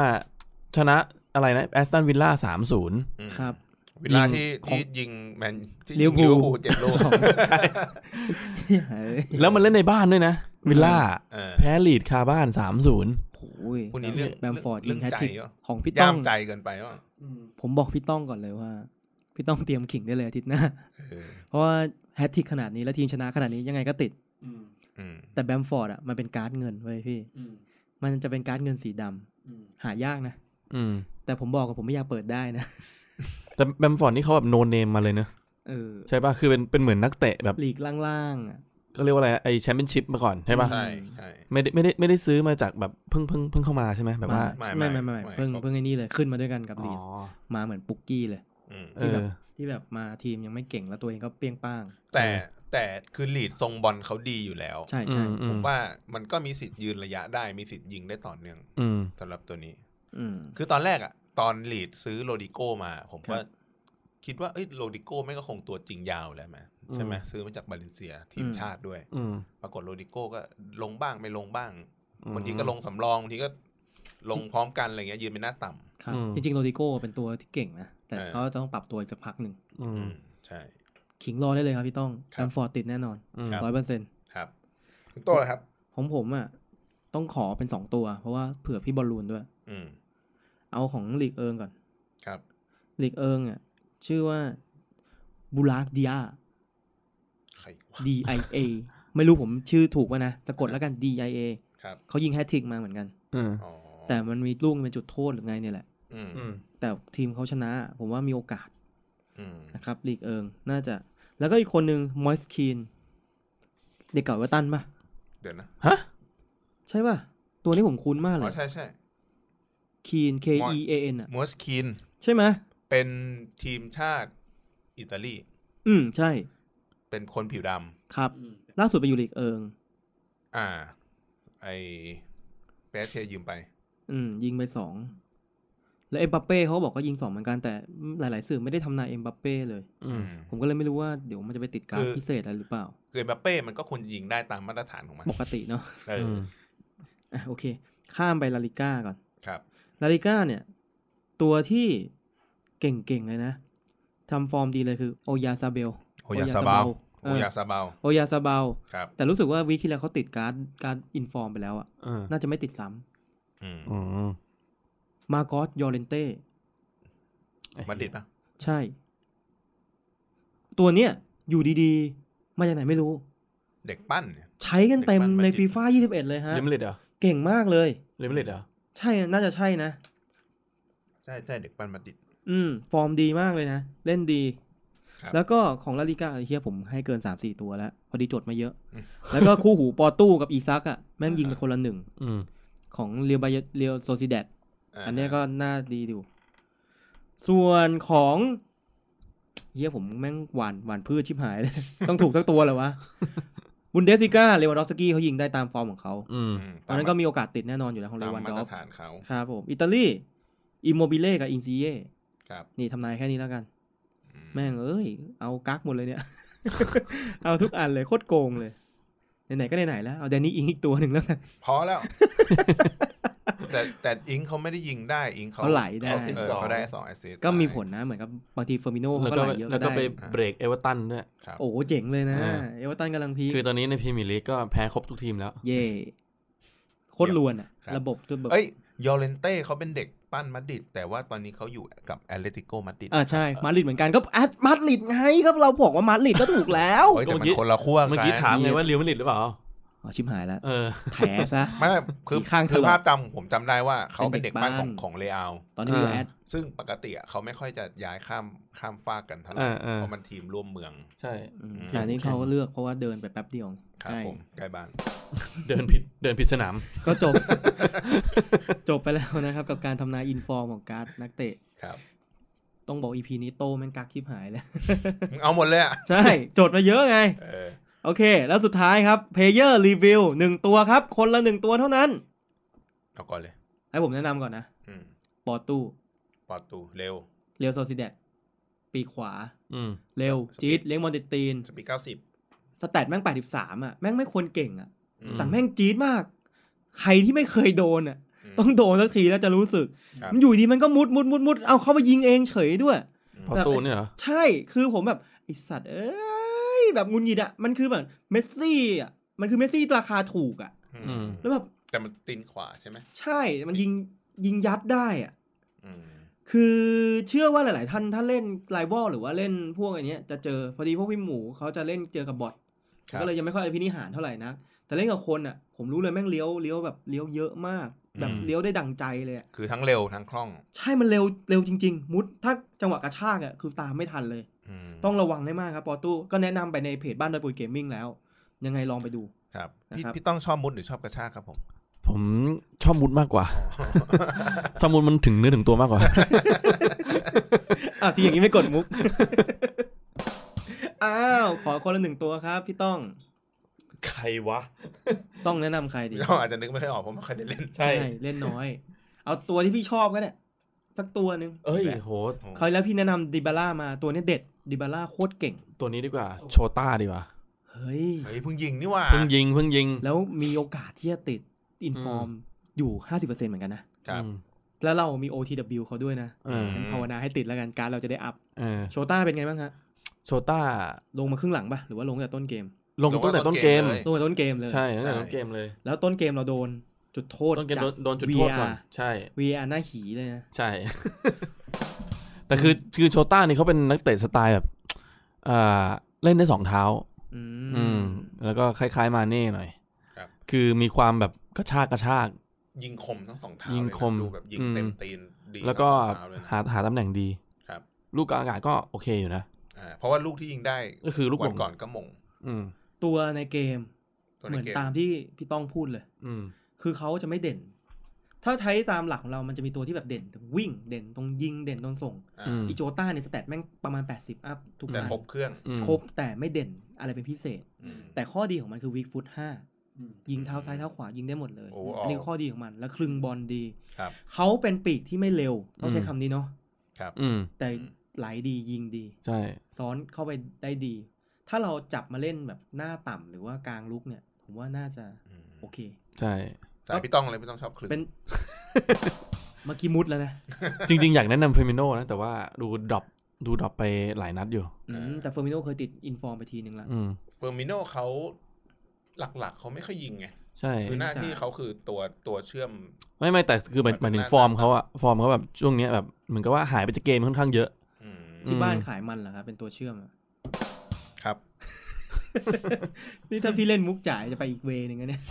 [SPEAKER 4] ชนะอะไรนะแอสตันวิลล่าสามศูนย์
[SPEAKER 2] ม
[SPEAKER 3] ครับ
[SPEAKER 2] เวลาที่
[SPEAKER 4] ยิงของ
[SPEAKER 2] ที่ยิงแมนที่ยิง
[SPEAKER 3] ลิ
[SPEAKER 2] ลิ
[SPEAKER 3] เว
[SPEAKER 2] เว
[SPEAKER 3] อ
[SPEAKER 2] อ
[SPEAKER 3] ร์
[SPEAKER 2] ร์
[SPEAKER 3] พูล
[SPEAKER 2] พูลเจ็ดลูก
[SPEAKER 3] ของเฮ้ย
[SPEAKER 4] แล้วมันเล่นในบ้านด้วยนะ วิลล่า
[SPEAKER 2] เออ
[SPEAKER 4] แพ้ลีดคาบ้านสามศูนย์
[SPEAKER 3] โอ้ย
[SPEAKER 2] พวกนี้เรื่อง
[SPEAKER 3] แบมฟอร์ด
[SPEAKER 2] เรื่
[SPEAKER 3] ยิ
[SPEAKER 2] อง ง
[SPEAKER 3] แฮตทริก
[SPEAKER 2] ใจเหรอ
[SPEAKER 3] ของพี่ต้
[SPEAKER 2] ย่า
[SPEAKER 3] อง
[SPEAKER 2] มใจเกินไปว่า
[SPEAKER 3] ผมบอกพี่ต้องก่อนเลยว่า พี่ต้องเตรียมขิงได้เลยอาทิตย์ห [LAUGHS] น้า
[SPEAKER 2] เออ
[SPEAKER 3] เพราะว่าแฮตทริกขนาดนี้และทีมชนะขนาดนี้ยังไงก็ติด
[SPEAKER 2] อืม
[SPEAKER 3] แต่แบมฟอร์ดอ่ะมันเป็นการ์ดเงินเว้ยพี่ มันจะเป็นการ์ดเงินสีดำหายากนะ
[SPEAKER 4] อืม
[SPEAKER 3] แต่ผมบอกกับผมไม่อยากเปิดได้นะ
[SPEAKER 4] แต่แบมฟอร์ดนี่เขาแบบโนเนมมาเลยเนอะ
[SPEAKER 3] เออ
[SPEAKER 4] ใช่ป่ะคือเป็นเป็นเหมือนนักเตะแบบ
[SPEAKER 3] ลีกล่างๆอ่ะ
[SPEAKER 4] ก็เรียกว่าอะไรไอแชมเปี้ยนชิพมาก่อนใช่ป่ะ
[SPEAKER 2] ใช่ใช่
[SPEAKER 4] ไม่ได้ไม่ได้ไม่ได้ซื้อมาจากแบบเพิ่งเพิ่งเพิ่งเข้ามาใช่ไหมแบบว่า
[SPEAKER 3] มา
[SPEAKER 2] ไม่
[SPEAKER 3] ไม่
[SPEAKER 2] ไม่
[SPEAKER 3] ไม่ไม่
[SPEAKER 2] ไม่
[SPEAKER 3] เพิ่ง
[SPEAKER 2] ครับ
[SPEAKER 3] เพิ่งไอ้นี่เลยขึ้นมาด้วยกันกับ
[SPEAKER 4] อ๋
[SPEAKER 3] ลีส
[SPEAKER 4] อ
[SPEAKER 3] มาเหมือนปุกกี้เลย
[SPEAKER 2] อืม
[SPEAKER 4] เอ
[SPEAKER 3] ที่แบบ
[SPEAKER 4] อ
[SPEAKER 3] ที่แบบมาทีมยังไม่เก่งแล้วตัวเองก็เปรี้ยงป้าง
[SPEAKER 2] แต่แต่คือลีดทรงบอลเขาดีอยู่แล้ว
[SPEAKER 3] ใช่ใช่
[SPEAKER 4] อืม
[SPEAKER 2] ผมว่ามันก็มีสิทธิ์ยืนระยะได้มีสิทธิ์ยิงได้ต่อเนื่อง
[SPEAKER 4] อืม
[SPEAKER 2] สำหรับตัวนี้
[SPEAKER 3] อืม
[SPEAKER 2] คือตอนแรกอะตอนลีดซื้อโรดิโก้มา ผม
[SPEAKER 3] ครับ
[SPEAKER 2] ว่าคิดว่าเอ้ยโรดิโก้แม่งก็คงตัวจริงยาวแล้วไหมใช่ไหมซื้อมาจากบาเลนเซียทีมชาติด้วย
[SPEAKER 4] อืม
[SPEAKER 2] ปรากฏโรดิโก้ก็ลงบ้างไม่ลงบ้าง
[SPEAKER 4] อืม
[SPEAKER 2] บางทีก็ลงสำรองบางทีก็ลงพร้อมกันอะไรเงี้ยยืนเป็นหน้าต่ำ
[SPEAKER 3] ครับ
[SPEAKER 4] อืม
[SPEAKER 3] จริงๆโรดิโก้เป็นตัวที่เก่งนะ แต่
[SPEAKER 2] เออ
[SPEAKER 3] เขาจะต้องปรับตัวอีกสักพักหนึ่ง
[SPEAKER 4] อืม
[SPEAKER 2] อืมใช่
[SPEAKER 3] ขิงรอได้เลยครับพี่ต้อง
[SPEAKER 2] ค
[SPEAKER 3] แบ
[SPEAKER 2] รับ
[SPEAKER 3] มฟอร์ดติดแน่นอน
[SPEAKER 4] อืม
[SPEAKER 2] ครับ
[SPEAKER 3] ร้อยเปอร์เซ็นต์
[SPEAKER 2] ครับคุณโตแล้วครับ
[SPEAKER 3] ของผมอ่ะต้องขอเป็นสองตัว เพราะว่าเผื่อพี่บอลลูนด้วย
[SPEAKER 2] อืม
[SPEAKER 3] เอาของลีกเอิงก่อน
[SPEAKER 2] ครับ
[SPEAKER 3] ลีกเอิงอ่ะชื่อว่าบูรักดิอา
[SPEAKER 2] ใครวะ
[SPEAKER 3] DIA ไม่รู้ผมชื่อถูกป่ะนะสะกดแล้วกัน DIA
[SPEAKER 2] ครับ
[SPEAKER 3] เขายิงแฮตทริกมาเหมือนกัน
[SPEAKER 4] อืม
[SPEAKER 2] อ๋อ
[SPEAKER 3] แต่มันมีลูกเป็นจุดโทษหรือไงเนี่ยแหละ
[SPEAKER 2] อืม
[SPEAKER 4] อืม
[SPEAKER 3] แต่ทีมเขาชนะ ผมว่ามีโอกาส
[SPEAKER 2] อืม
[SPEAKER 3] นะครับลีกเอิงน่าจะ แล้วก็อีกคนหนึ่งมอยส์คีน เด็กเก่าเอเวอร์ตันปะ
[SPEAKER 2] เดี๋ยวนะ
[SPEAKER 4] ฮะ
[SPEAKER 3] ใช่ปะตัวนี้ผมคุ้นมากเล
[SPEAKER 2] อ๋อย ใช่ใช่
[SPEAKER 3] คีน K E A N อ่ะ
[SPEAKER 2] มัวสคิน
[SPEAKER 3] ใช่ไหม
[SPEAKER 2] เป็นทีมชาติอิตาลี
[SPEAKER 3] อืมใช่
[SPEAKER 2] เป็นคนผิวด
[SPEAKER 3] ครับ ล่าสุดไปอยู่ลีกเอิง
[SPEAKER 2] ำอ่า ไอเปเชยืมไป
[SPEAKER 3] อืม ยิงไปสอง แล้วเอ็มบัปเป้เขาบอกก็ยิงสองเหมือนกันแต่หลาย ๆ สื่อไม่ได้ทำนายเอ็มบัปเป้เลย
[SPEAKER 4] อืม
[SPEAKER 3] ผมก็เลยไม่รู้ว่าเดี๋ยวมันจะไปติดการด
[SPEAKER 2] คือ
[SPEAKER 3] พิเศษอะไรหรือเปล่า
[SPEAKER 2] คือเอ็มบัปเป้มันก็ควรยิงได้ตามมาตรฐานของมัน
[SPEAKER 3] ปกติเนาะ
[SPEAKER 2] เอออ
[SPEAKER 3] อ่ะโอเค ข้ามไปลาลิก้าก่อน
[SPEAKER 2] ครับ
[SPEAKER 3] ลาลิก้าเนี่ย ตัวที่เก่ง ๆ เลยนะทำฟอร์มดีเลยคือ โอยาซาเบล
[SPEAKER 2] โอยาซาบาว
[SPEAKER 3] เอ
[SPEAKER 2] โอ
[SPEAKER 3] อ
[SPEAKER 2] ยาซาบาว
[SPEAKER 3] โอยาซาเบล
[SPEAKER 2] ครับ
[SPEAKER 3] แต่รู้สึกว่าวีคที่แล้วเขาติดการ์ดการดอินฟอร์มไปแล้วอะ
[SPEAKER 4] อ่า
[SPEAKER 3] น่าจะไม่ติดซ้
[SPEAKER 2] อืม
[SPEAKER 1] อ๋อ
[SPEAKER 3] ำมาโกอสยอเรนเต้
[SPEAKER 2] มันติดปะ
[SPEAKER 3] ใช่ ตัวเนี้ยอยู่ดีๆ มาจากไหนไม่รู้
[SPEAKER 2] เด็กปั้นเนี่ย
[SPEAKER 3] ใช้กันเต็ม
[SPEAKER 2] เด็กปั้น
[SPEAKER 3] ใน
[SPEAKER 2] มาจริง
[SPEAKER 3] ฟีฟ่า21 เลยฮะ
[SPEAKER 4] เลมิเลตเหรอ
[SPEAKER 3] เก่งมากเลย
[SPEAKER 4] เลมิเลตเหรอ
[SPEAKER 3] ใช่น่าจะใช่นะ
[SPEAKER 2] ใช่ใช่เด็กปั้นมาติด
[SPEAKER 3] อืม ฟอร์มดีมากเลยนะ เล่นดี
[SPEAKER 2] ครับ
[SPEAKER 3] แล้วก็ของลาลิก้าเฮียผมให้เกิน 3 4 ตัวแล้ว พอดีจดมาเยอะ
[SPEAKER 2] อืม
[SPEAKER 3] แล้วก็คู่หูปอตู้กับอีซักอ่ะ แม่งยิงไปคนละหนึ่ง
[SPEAKER 4] อืม
[SPEAKER 3] ของเรียวบายเรียวโซซิเดต
[SPEAKER 2] อา
[SPEAKER 3] อันเนี้ยก็น่าดีดู ส่วนของเฮียผมแม่งหวานหวานพืชชิบหายเลย [LAUGHS] ต้องถูกสักตัวเหรอ
[SPEAKER 2] [LAUGHS]
[SPEAKER 3] วะ บุนเดสซิก้า เลวานดอฟสกี้เขายิงได้ตามฟอร์มของเขา
[SPEAKER 4] อืม
[SPEAKER 2] อืม
[SPEAKER 3] ตอนนั้นก็มีโอกาสติดแน่นอนอยู่แล้วของเล
[SPEAKER 2] ตาม
[SPEAKER 3] วานด
[SPEAKER 2] มา
[SPEAKER 3] อ
[SPEAKER 2] ตร
[SPEAKER 3] ฟ
[SPEAKER 2] ฐานเขา
[SPEAKER 3] ครับผม อิตาลี อิโมบิเล่กับอินซีเย่
[SPEAKER 2] ครับ
[SPEAKER 3] นี่ทำนายแค่นี้แล้วกัน
[SPEAKER 2] อื
[SPEAKER 3] แม่งเอ้ย เอากักหมดเลยเนี่ย [LAUGHS] เอาทุกอันเลยโคตรโกงเลย ไหนๆก็ไหนๆแล้ว เอาแดนนี่อิงอีกตัวหนึ่งแล้วกัน
[SPEAKER 2] พอ
[SPEAKER 3] [LAUGHS]
[SPEAKER 2] แล้ว แต่แต่อิงเขาไม่ได้ยิงได้อิงเขา
[SPEAKER 3] เขาไหลได้
[SPEAKER 2] เออเขาได้สองแอสซิสต์
[SPEAKER 3] ก็มีผลนะเหมือนกับบางทีเฟอร์มิโน่
[SPEAKER 4] แล้ว
[SPEAKER 3] เขา
[SPEAKER 4] ก็
[SPEAKER 3] ก็ไหลเยอะ
[SPEAKER 4] แล้ว
[SPEAKER 3] ก็
[SPEAKER 4] ก็
[SPEAKER 3] ได้
[SPEAKER 4] ไปเบรกเอเวอร์ตันด้วย
[SPEAKER 2] ครับ
[SPEAKER 3] โอ้โหเจ๋งเลยนะ
[SPEAKER 4] อ่า
[SPEAKER 3] เอเวอร์ตันกำลังพีค
[SPEAKER 4] คือตอนนี้ในพรีเมียร์ลีกก็แพ้ครบทุกทีมแล้ว
[SPEAKER 3] เย่โคตรลวนอะ
[SPEAKER 2] ครับ
[SPEAKER 3] ระบบจนแบบ
[SPEAKER 2] เอ้ยยอร์เรนเต้เขาเป็นเด็กปั้นมาดริดแต่ว่าตอนนี้เขาอยู่กับแอตเลติโกมาดริด
[SPEAKER 3] อ่าใช่ มาดริดเหมือนกันก็แอดมาดริดไงก็เราบอกว่ามาดริดก็ถูกแล้ว
[SPEAKER 2] เอ้ยแต่มั
[SPEAKER 4] เมื่อกี้
[SPEAKER 2] นคนละขั้ว
[SPEAKER 4] เมื่อกี้
[SPEAKER 2] นะ
[SPEAKER 4] ถามไงว่าเรียวมิเลตหรือเปล่า
[SPEAKER 3] อ๋อ ชิมหายแล้ว
[SPEAKER 4] เออ
[SPEAKER 3] แถซะ
[SPEAKER 2] ไม่ไม่คือ
[SPEAKER 3] อีกข้าง
[SPEAKER 2] คือ
[SPEAKER 3] ถลอก
[SPEAKER 2] ภาพจำผมจำได้ว่าเขา
[SPEAKER 3] เป็
[SPEAKER 2] เป็น น
[SPEAKER 3] เด็
[SPEAKER 2] เด็
[SPEAKER 3] ก
[SPEAKER 2] ก
[SPEAKER 3] ปั้
[SPEAKER 2] ปั้
[SPEAKER 3] น
[SPEAKER 2] นของของเลอา
[SPEAKER 3] ตอนนี้อยู่
[SPEAKER 4] อ่า
[SPEAKER 3] แอด
[SPEAKER 2] ซึ่งปกติอะเขาไม่ค่อยจะย้ายข้ามข้ามฟากกันเท่าไหร่
[SPEAKER 4] เออเออ
[SPEAKER 2] เพราะมันทีมร่วมเมือง
[SPEAKER 4] ใช่
[SPEAKER 3] อืม
[SPEAKER 2] อืม
[SPEAKER 3] แต่อันนี้เขาก็เลือกเพราะว่าเดินไปแป๊บเดียว
[SPEAKER 2] ครับ
[SPEAKER 3] ใช่
[SPEAKER 2] ผมใกล้บ้าน
[SPEAKER 4] เดินผิดเดินผิดสนาม
[SPEAKER 3] ก็จบ [LAUGHS] จบไปแล้วนะครับ กับการทำนายอินฟอร์มของการ์ดนักเตะ
[SPEAKER 2] ครับ
[SPEAKER 3] ต้องบอกอีพีนี้โตแม่งกักคลิปหายแล้ว [LAUGHS]
[SPEAKER 2] มึงเอาหมดเลยอะ
[SPEAKER 3] ใช่ จดมาเยอะไง
[SPEAKER 2] เออ
[SPEAKER 3] โอเค แล้วสุดท้ายครับเพเยอร์รีวิวหนึ่งตัวครับ คนละหนึ่งตัวเท่านั้น
[SPEAKER 2] เอาก่อนเลย
[SPEAKER 3] ให้ผมแนะนำก่อนนะ
[SPEAKER 2] อืม
[SPEAKER 3] ปอตู้
[SPEAKER 2] ปอตูเร็ว
[SPEAKER 3] เร็วโซซิเดตปีขวา
[SPEAKER 4] อืม
[SPEAKER 3] เร็ว
[SPEAKER 2] สปีด
[SPEAKER 3] จีดเลี้ยงบอลติดตีน
[SPEAKER 2] สปีดเก้าสิบ
[SPEAKER 3] สแตทแม่ง 83 อ่ะ แม่งไม่ควรเก่งอ่ะ
[SPEAKER 2] อื
[SPEAKER 3] แต่แม่งจี๊ดมาก ใครที่ไม่เคยโดนอ่ะ
[SPEAKER 2] ม
[SPEAKER 3] ต้องโดนสักทีแล้วจะรู้สึก
[SPEAKER 2] ครับ
[SPEAKER 3] มันอยู่ดีมันก็มุดมุดมุดมุดเอาเข้าไปยิงเองเฉยด้วย
[SPEAKER 4] พอตูนเนี่ยเหรอ
[SPEAKER 3] ใช่ คือผมแบบไอสัตว์เอ้ย แบบงุนงิดอ่ะ มันคือแบบเมสซี่อ่ะ มันคือเมสซี่ราคาถูกอ่ะ
[SPEAKER 4] อืม
[SPEAKER 3] แล้วแบบ
[SPEAKER 2] แต่มันตีนขวาใช่ไหม
[SPEAKER 3] ใช่ มันยิงยิงยัดได้อ่ะ
[SPEAKER 2] อืม
[SPEAKER 3] คือเชื่อว่าหลาย ๆ ท่านถ้าเล่นไลวอลหรือว่าเล่นพวกอันเนี้ยจะเจอพอดีพวกพี่หมูเขาจะเล่นเจอกับบอท
[SPEAKER 2] ครับ
[SPEAKER 3] ก็เลยยังไม่ค่อยอภินิหารเท่าไหร่นะแต่เล่นกับคนอ่ะ ผมรู้เลยแม่งเลี้ยวเลี้ยวแบบเลี้ยวเยอะมาก แบบ
[SPEAKER 2] อืม
[SPEAKER 3] เลี้ยวได้ดังใจเลยอะ
[SPEAKER 2] คือทั้งเร็วทั้งคล่อง
[SPEAKER 3] ใช่มันเร็วเร็วจริง ๆ มุดถ้าจังหวะกระชากอ่ะคือตามไม่ทันเลย
[SPEAKER 2] ม
[SPEAKER 3] ต้องระวังให้มากครับปอตู้ก็แนะนำไปในเพจบ้านดอยปุยเกมมิ่งแล้ว ยังไงลองไปดู
[SPEAKER 2] ครับพี่
[SPEAKER 3] นะครับ
[SPEAKER 2] พี่ต้องชอบมุดหรือชอบกระชากครับผม
[SPEAKER 4] ผมชอบมุดมากกว่า [LAUGHS] ชอบมุดมันถึงเนื้อถึงตัวมากกว่า
[SPEAKER 3] อ้าวที่อย่างนี้ไม่กดมุก [LAUGHS] อ้าวขอคนละหนึ่งตัวครับ พี่ต้อง
[SPEAKER 4] ใครวะ
[SPEAKER 3] ต้องแนะนำใครดี
[SPEAKER 2] [LAUGHS] เราอาจจะนึกไม่ค่อยออกเพราะไม่ค่อยได้เล่น
[SPEAKER 4] ใช่
[SPEAKER 3] ใช่เล่นน้อย เอาตัวที่พี่ชอบก็ได้สักตัวหนึ่ง
[SPEAKER 4] เอ้ยโห
[SPEAKER 3] เขาวที่แล้วพี่แนะนำดิบาร่ามาตัวเนี้ยเด็ดดิบาร่าโคตรเก่ง
[SPEAKER 4] ตัวนี้ดีกว่า โชต้าดีกว่า
[SPEAKER 3] เฮ้ย
[SPEAKER 2] เฮ้ยเพิ่งยิงนี่หว่า
[SPEAKER 4] เพิ่งยิงเพิ่งยิง
[SPEAKER 3] แล้วมีโอกาสที่จะติดอินฟอร์มอยู่ 50%เหมือนกันนะ
[SPEAKER 2] ครับ
[SPEAKER 4] อืม
[SPEAKER 3] แล้วเรามี OTW เขาด้วยนะ
[SPEAKER 4] เออ
[SPEAKER 3] งั้นภาวนาให้ติดแล้วกันการดเราจะได้อัพ
[SPEAKER 4] เออ
[SPEAKER 3] โชต้าเป็นไงบ้างฮะ
[SPEAKER 4] โชต้า
[SPEAKER 3] ลงมาครึ่งหลังปะหรือว่าลงจากต้นเกม
[SPEAKER 4] ลงตั้งแต่ต้นเกม
[SPEAKER 2] ลงตั้งแต่ต้นเกมเลย
[SPEAKER 3] ลงจากต้นเกมเลย
[SPEAKER 4] ใช่ตั้งแต่ต้นเกมเลย
[SPEAKER 3] แล้วต้นเกมเราโดนจุดโทษ
[SPEAKER 4] ต้นเกม
[SPEAKER 3] จา
[SPEAKER 4] โดนโดนจุดโทษก่อน
[SPEAKER 3] VR
[SPEAKER 4] ใช่
[SPEAKER 3] VR หน้าหีเลยนะ
[SPEAKER 4] ใช่ [LAUGHS] แต่คือคือโชต้านี่เขาเป็นนักเตะสไตล์แบบเอ่อเล่นได้สองเท้า
[SPEAKER 3] อื
[SPEAKER 4] อืม
[SPEAKER 3] ม
[SPEAKER 4] แล้วก็คล้ายๆมาเน่หน่อย
[SPEAKER 2] ครับ
[SPEAKER 4] คือมีความแบบกระชากกระชาก
[SPEAKER 2] ยิงคมทั้งสองเท้า
[SPEAKER 4] ยิ
[SPEAKER 2] ยิ
[SPEAKER 4] งคม
[SPEAKER 2] ดูแบบยิง
[SPEAKER 4] อืม
[SPEAKER 2] เต็มตีนดี
[SPEAKER 4] แล้วก็
[SPEAKER 2] ทั้งสองเท้าเลยนะ
[SPEAKER 4] หาหาตำแหน่งดี
[SPEAKER 2] ครับ
[SPEAKER 4] ลูกกลางอากาศก็โอเคอยู่นะ
[SPEAKER 2] อ่าเพราะว่าลูกที่ยิงได้
[SPEAKER 4] ก็คือลูก
[SPEAKER 2] วั
[SPEAKER 4] บ่
[SPEAKER 2] น
[SPEAKER 4] ง
[SPEAKER 2] ก่อนก็มง
[SPEAKER 4] อืม
[SPEAKER 3] ตัวในเกม
[SPEAKER 2] ตัว
[SPEAKER 3] เห
[SPEAKER 2] ใน
[SPEAKER 3] มือน
[SPEAKER 2] เกม
[SPEAKER 3] ตามที่พี่ต้องพูดเลย
[SPEAKER 4] อืม
[SPEAKER 3] คือเขาจะไม่เด่น ถ้าใช้ตามหลักของเรามันจะมีตัวที่แบบเด่นตรงวิ่ง เด่นตรงยิง เด่นตรงส่ง
[SPEAKER 2] อ่า
[SPEAKER 4] อืม
[SPEAKER 3] อีโจต้าเนี่ยสแตทแม่งประมาณ 80 อัพทุก
[SPEAKER 2] แต่
[SPEAKER 3] อัน
[SPEAKER 2] ครบเครื่อง
[SPEAKER 4] อืม
[SPEAKER 3] ครบแต่ไม่เด่นอะไรเป็นพิเศษ
[SPEAKER 2] อืม
[SPEAKER 3] แต่ข้อดีของมันคือวีคฟุตห้า
[SPEAKER 4] อืม
[SPEAKER 3] ยิงเท้าซ้ายเท้าขวายิงได้หมดเลย
[SPEAKER 2] โอ้โห
[SPEAKER 3] นนี้ข้อดีของมัน แล้วคลึงบอลดี
[SPEAKER 2] ครับ
[SPEAKER 3] เขาเป็นปีกที่ไม่เร็ว ต้องใช้คำนี้เนาะ
[SPEAKER 2] ครับ
[SPEAKER 4] อืม
[SPEAKER 3] แต่
[SPEAKER 2] อืม
[SPEAKER 3] ไหลดียิงดี
[SPEAKER 4] ใช่
[SPEAKER 3] ซ้อนเข้าไปได้ดี ถ้าเราจับมาเล่นแบบหน้าต่ำหรือว่ากลางลุกเนี่ย ผมว่าน่าจะ
[SPEAKER 2] อืม
[SPEAKER 3] โอเค
[SPEAKER 4] ใช่
[SPEAKER 2] สายพี่ต้องเลยพี่ต้องชอบคลึง
[SPEAKER 3] เป็น เมื่อกี้มุดแล้วนะ
[SPEAKER 4] จริง ๆ อยากแนะนำเฟมิโนนะ แต่ว่าดูดรอปดูดรอปไปหลายนัดอยู่
[SPEAKER 3] อืมแต่เฟอร์มิโนเคยติดอินฟอร์มไปทีนึงละ
[SPEAKER 4] อืม
[SPEAKER 2] เฟอร์มิโนเขาหลักๆเขาไม่ค่อยยิงไง
[SPEAKER 4] ใช่
[SPEAKER 2] คือหน้าที่เขาคือตัวตัวเชื่อม
[SPEAKER 4] ไม่ไม่แต่คือหมาย
[SPEAKER 2] มันเป็น
[SPEAKER 4] หมายถึ
[SPEAKER 2] ห
[SPEAKER 4] ง
[SPEAKER 2] น้า
[SPEAKER 4] ฟอร์มเขาอะฟอร์มเขาแบบช่วงเนี้ยแบบเหมือนกับว่าหายไปจากเกมค่อนข้างเยอะ
[SPEAKER 2] อืม
[SPEAKER 3] ที่
[SPEAKER 4] อืม
[SPEAKER 3] บ้านขายมันเหรอครับเป็นตัวเชื่อมอะ
[SPEAKER 2] ครับ
[SPEAKER 3] นี่ถ้าพี่เล่นมุกจ่ายจะไปอีกเวย์หนึ่ง
[SPEAKER 2] [LAUGHS]
[SPEAKER 3] นะเนี่ย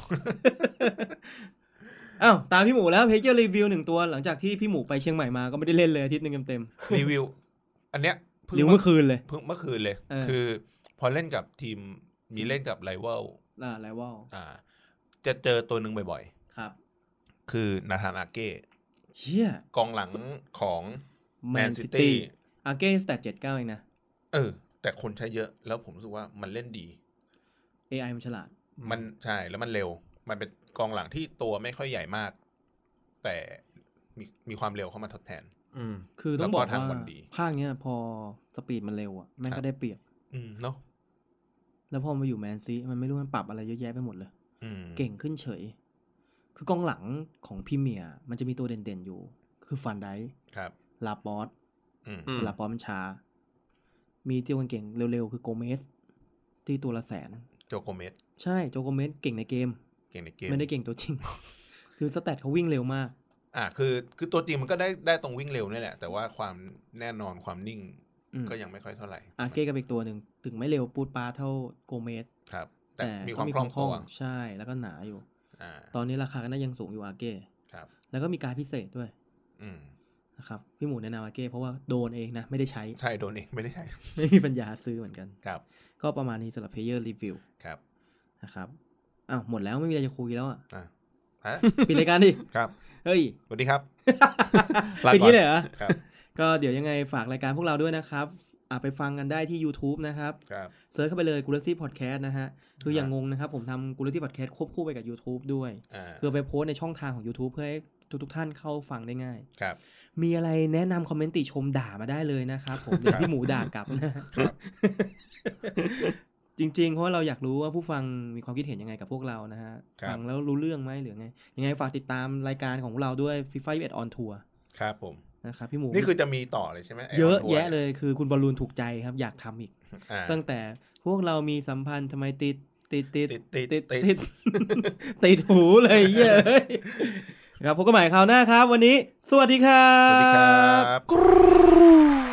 [SPEAKER 3] อ้าวตามพี่หมูแล้วเพจเจอร์รีวิวหนึ่งตัวหลังจากที่พี่หมูไปเชียงใหม่มาก็ไม่ได้เล่นเลยอาทิตย์หนึ่งเต็ม
[SPEAKER 2] รีวิว อันเนี้ย
[SPEAKER 3] ๆหรือเมื่อคืนเลย
[SPEAKER 2] เพิ่งเมื่อคืนเลย
[SPEAKER 3] เออ
[SPEAKER 2] คือ พอเล่นกับทีมมีเล่นกับไ i เวล
[SPEAKER 3] อ่าไรวอล
[SPEAKER 2] อ่า จะเจอตัวหนึ่งบ่อย
[SPEAKER 3] ครับ
[SPEAKER 2] ๆ คือนาธานอาเก้
[SPEAKER 3] เฮีย
[SPEAKER 2] กองหลังของ
[SPEAKER 3] แม
[SPEAKER 2] แม
[SPEAKER 3] น
[SPEAKER 2] น
[SPEAKER 3] ซิ
[SPEAKER 2] ซิ
[SPEAKER 3] ตี้
[SPEAKER 2] ตี้
[SPEAKER 3] อาเก้สแตทเจ็ดเก้าเองนะ
[SPEAKER 2] เออ แต่คนใช้เยอะ แล้วผมรู้สึกว่ามันเล่นดี
[SPEAKER 3] AI มันฉลาด
[SPEAKER 2] มันใช่แล้วมันเร็ว มันเป็นกองหลังที่ตัวไม่ค่อยใหญ่มาก แต่มีมีความเร็วเข้ามาทดแทน
[SPEAKER 4] อืม
[SPEAKER 3] คือต้องบอก
[SPEAKER 2] แล้วก็ทาง
[SPEAKER 3] ว่า
[SPEAKER 2] บอลดี
[SPEAKER 3] ภาคเนี้ยพอสปีดมันเร็วอ่ะแม่งก็ได้เปรียบ
[SPEAKER 2] อืมเนาะ
[SPEAKER 3] แล้วพอมาอยู่แมนซีมันไม่รู้มันปรับอะไรเยอะแยะไปหมดเลย
[SPEAKER 2] อืม
[SPEAKER 3] เก่งขึ้นเฉย คือกองหลังของพรีเมียร์มันจะมีตัวเด่นๆอยู่ คือฟันไดค์
[SPEAKER 2] ครับ
[SPEAKER 3] ลาปอส
[SPEAKER 2] อืม
[SPEAKER 4] อืม
[SPEAKER 3] เวลาปอนมันช้า มีตัวเก่งๆเร็วๆ คือโกเมส ที่ตัวละแสน
[SPEAKER 2] โจโกเมส
[SPEAKER 3] ใช่ โจโกเมสเก่งในเกม
[SPEAKER 2] เก่งในเกม
[SPEAKER 3] ไม่ได้เก่งตัวจริง คือสแตทเขาวิ่งเร็วมาก
[SPEAKER 2] อ่าคือคือตัวจริงมันก็ได้ได้ตรงวิ่งเร็วนี่แหละ แต่ว่าความแน่นอนความนิ่ง
[SPEAKER 3] อืม
[SPEAKER 2] ก็ยังไม่ค่อยเท่าไหร่
[SPEAKER 3] อาเก้ก็เป็นอีกตัวหนึ่ง ถึงไม่เร็วปูดปลาเท่าโกเมส
[SPEAKER 2] ครับ แต่มี
[SPEAKER 3] ก็
[SPEAKER 2] ความคล่องตัว
[SPEAKER 3] ใช่แล้วก็หนาอยู่
[SPEAKER 2] อ่า
[SPEAKER 3] ตอนนี้ราคาก็น่ายังสูงอยู่อาเก้
[SPEAKER 2] ครับ
[SPEAKER 3] แล้วก็มีการดพิเศษด้วย
[SPEAKER 2] อืม
[SPEAKER 3] นะครับ พี่หมูแนะนำอาเก้เพราะว่าโดนเองนะ ไม่ได้ใช้
[SPEAKER 2] ใช่โดนเองไม่ [LAUGHS] ได้ใช่
[SPEAKER 3] [LAUGHS] ไม่มีปัญญาซื้อเหมือนกัน
[SPEAKER 2] ครับ
[SPEAKER 3] ก็ประมาณนี้สำหรับเพเยอร์รีวิว
[SPEAKER 2] ครับ
[SPEAKER 3] นะครับ อ้าวหมดแล้วไม่มีอะไรจะคุยแล้วอ่ะ
[SPEAKER 2] อ่า
[SPEAKER 3] [LAUGHS]
[SPEAKER 2] ฮะ
[SPEAKER 3] ปิดรายการดิ
[SPEAKER 2] ครับ
[SPEAKER 3] เฮ้ย
[SPEAKER 2] สวัสดีครับ
[SPEAKER 3] [LAUGHS]
[SPEAKER 4] ลา
[SPEAKER 3] เป็น
[SPEAKER 4] ก่อน
[SPEAKER 3] นี้เลยเหรอ
[SPEAKER 2] ครับ
[SPEAKER 3] ก็เดี๋ยวยังไงฝากรายการพวกเราด้วยนะครับอ่ะไปฟังกันได้ที่ YouTube นะครับ
[SPEAKER 2] ครับ
[SPEAKER 3] เซิร์ชเข้าไปเลยกู l ซี่พอดแคสต์นะฮะ คื
[SPEAKER 2] ครั
[SPEAKER 3] อ
[SPEAKER 2] บ
[SPEAKER 3] อย่างงงนะครับ ผมทำกู l ซี่พอดแคสต์ควบคู่ไปกับ YouTube ด้วย
[SPEAKER 2] อ่า
[SPEAKER 3] คือไปโพสต์ในช่องทางของ YouTube เพื่อให้ทุกทท่านเข้าฟังได้ง่าย
[SPEAKER 2] ครับ
[SPEAKER 3] มีอะไรแนะนำคอมเมนต์ติชมด่ามาได้เลยนะครับ ผมเดี๋ยวพี่หมูด่ากลับนะฮะ
[SPEAKER 2] ครับ
[SPEAKER 3] จริง ๆ เพราะว่าเราอยากรู้ว่าผู้ฟังมีความคิดเห็นยังไงกับพวกเรานะฮะ
[SPEAKER 2] ครับ
[SPEAKER 3] ฟังแล้วรู้เรื่องไหมหรือไงยังไงฝากติดตามรายการของเราด้วย FIFA 21 on Tour
[SPEAKER 2] ครับผม
[SPEAKER 3] นะครับพี่หมู
[SPEAKER 2] นี่คือจะมีต่อเลยใช่ไหมไ
[SPEAKER 3] เยอะ
[SPEAKER 2] นทัวร์
[SPEAKER 3] แยะเลยคือคุณบอลลูนถูกใจครับอยากทำอีก
[SPEAKER 2] อ่า
[SPEAKER 3] ตั้งแต่พวกเรามีสัมพันธ์ทำไมติดติดติด
[SPEAKER 2] ติดติด
[SPEAKER 3] ติด
[SPEAKER 2] ติ
[SPEAKER 3] ติ
[SPEAKER 2] ด
[SPEAKER 3] ด [LAUGHS] ติดหูเลยเย้ย [LAUGHS] ครับพบกันใหม่คราวหน้าครับ วันนี้ สวัสดีครั
[SPEAKER 2] สวัสดีครับ บ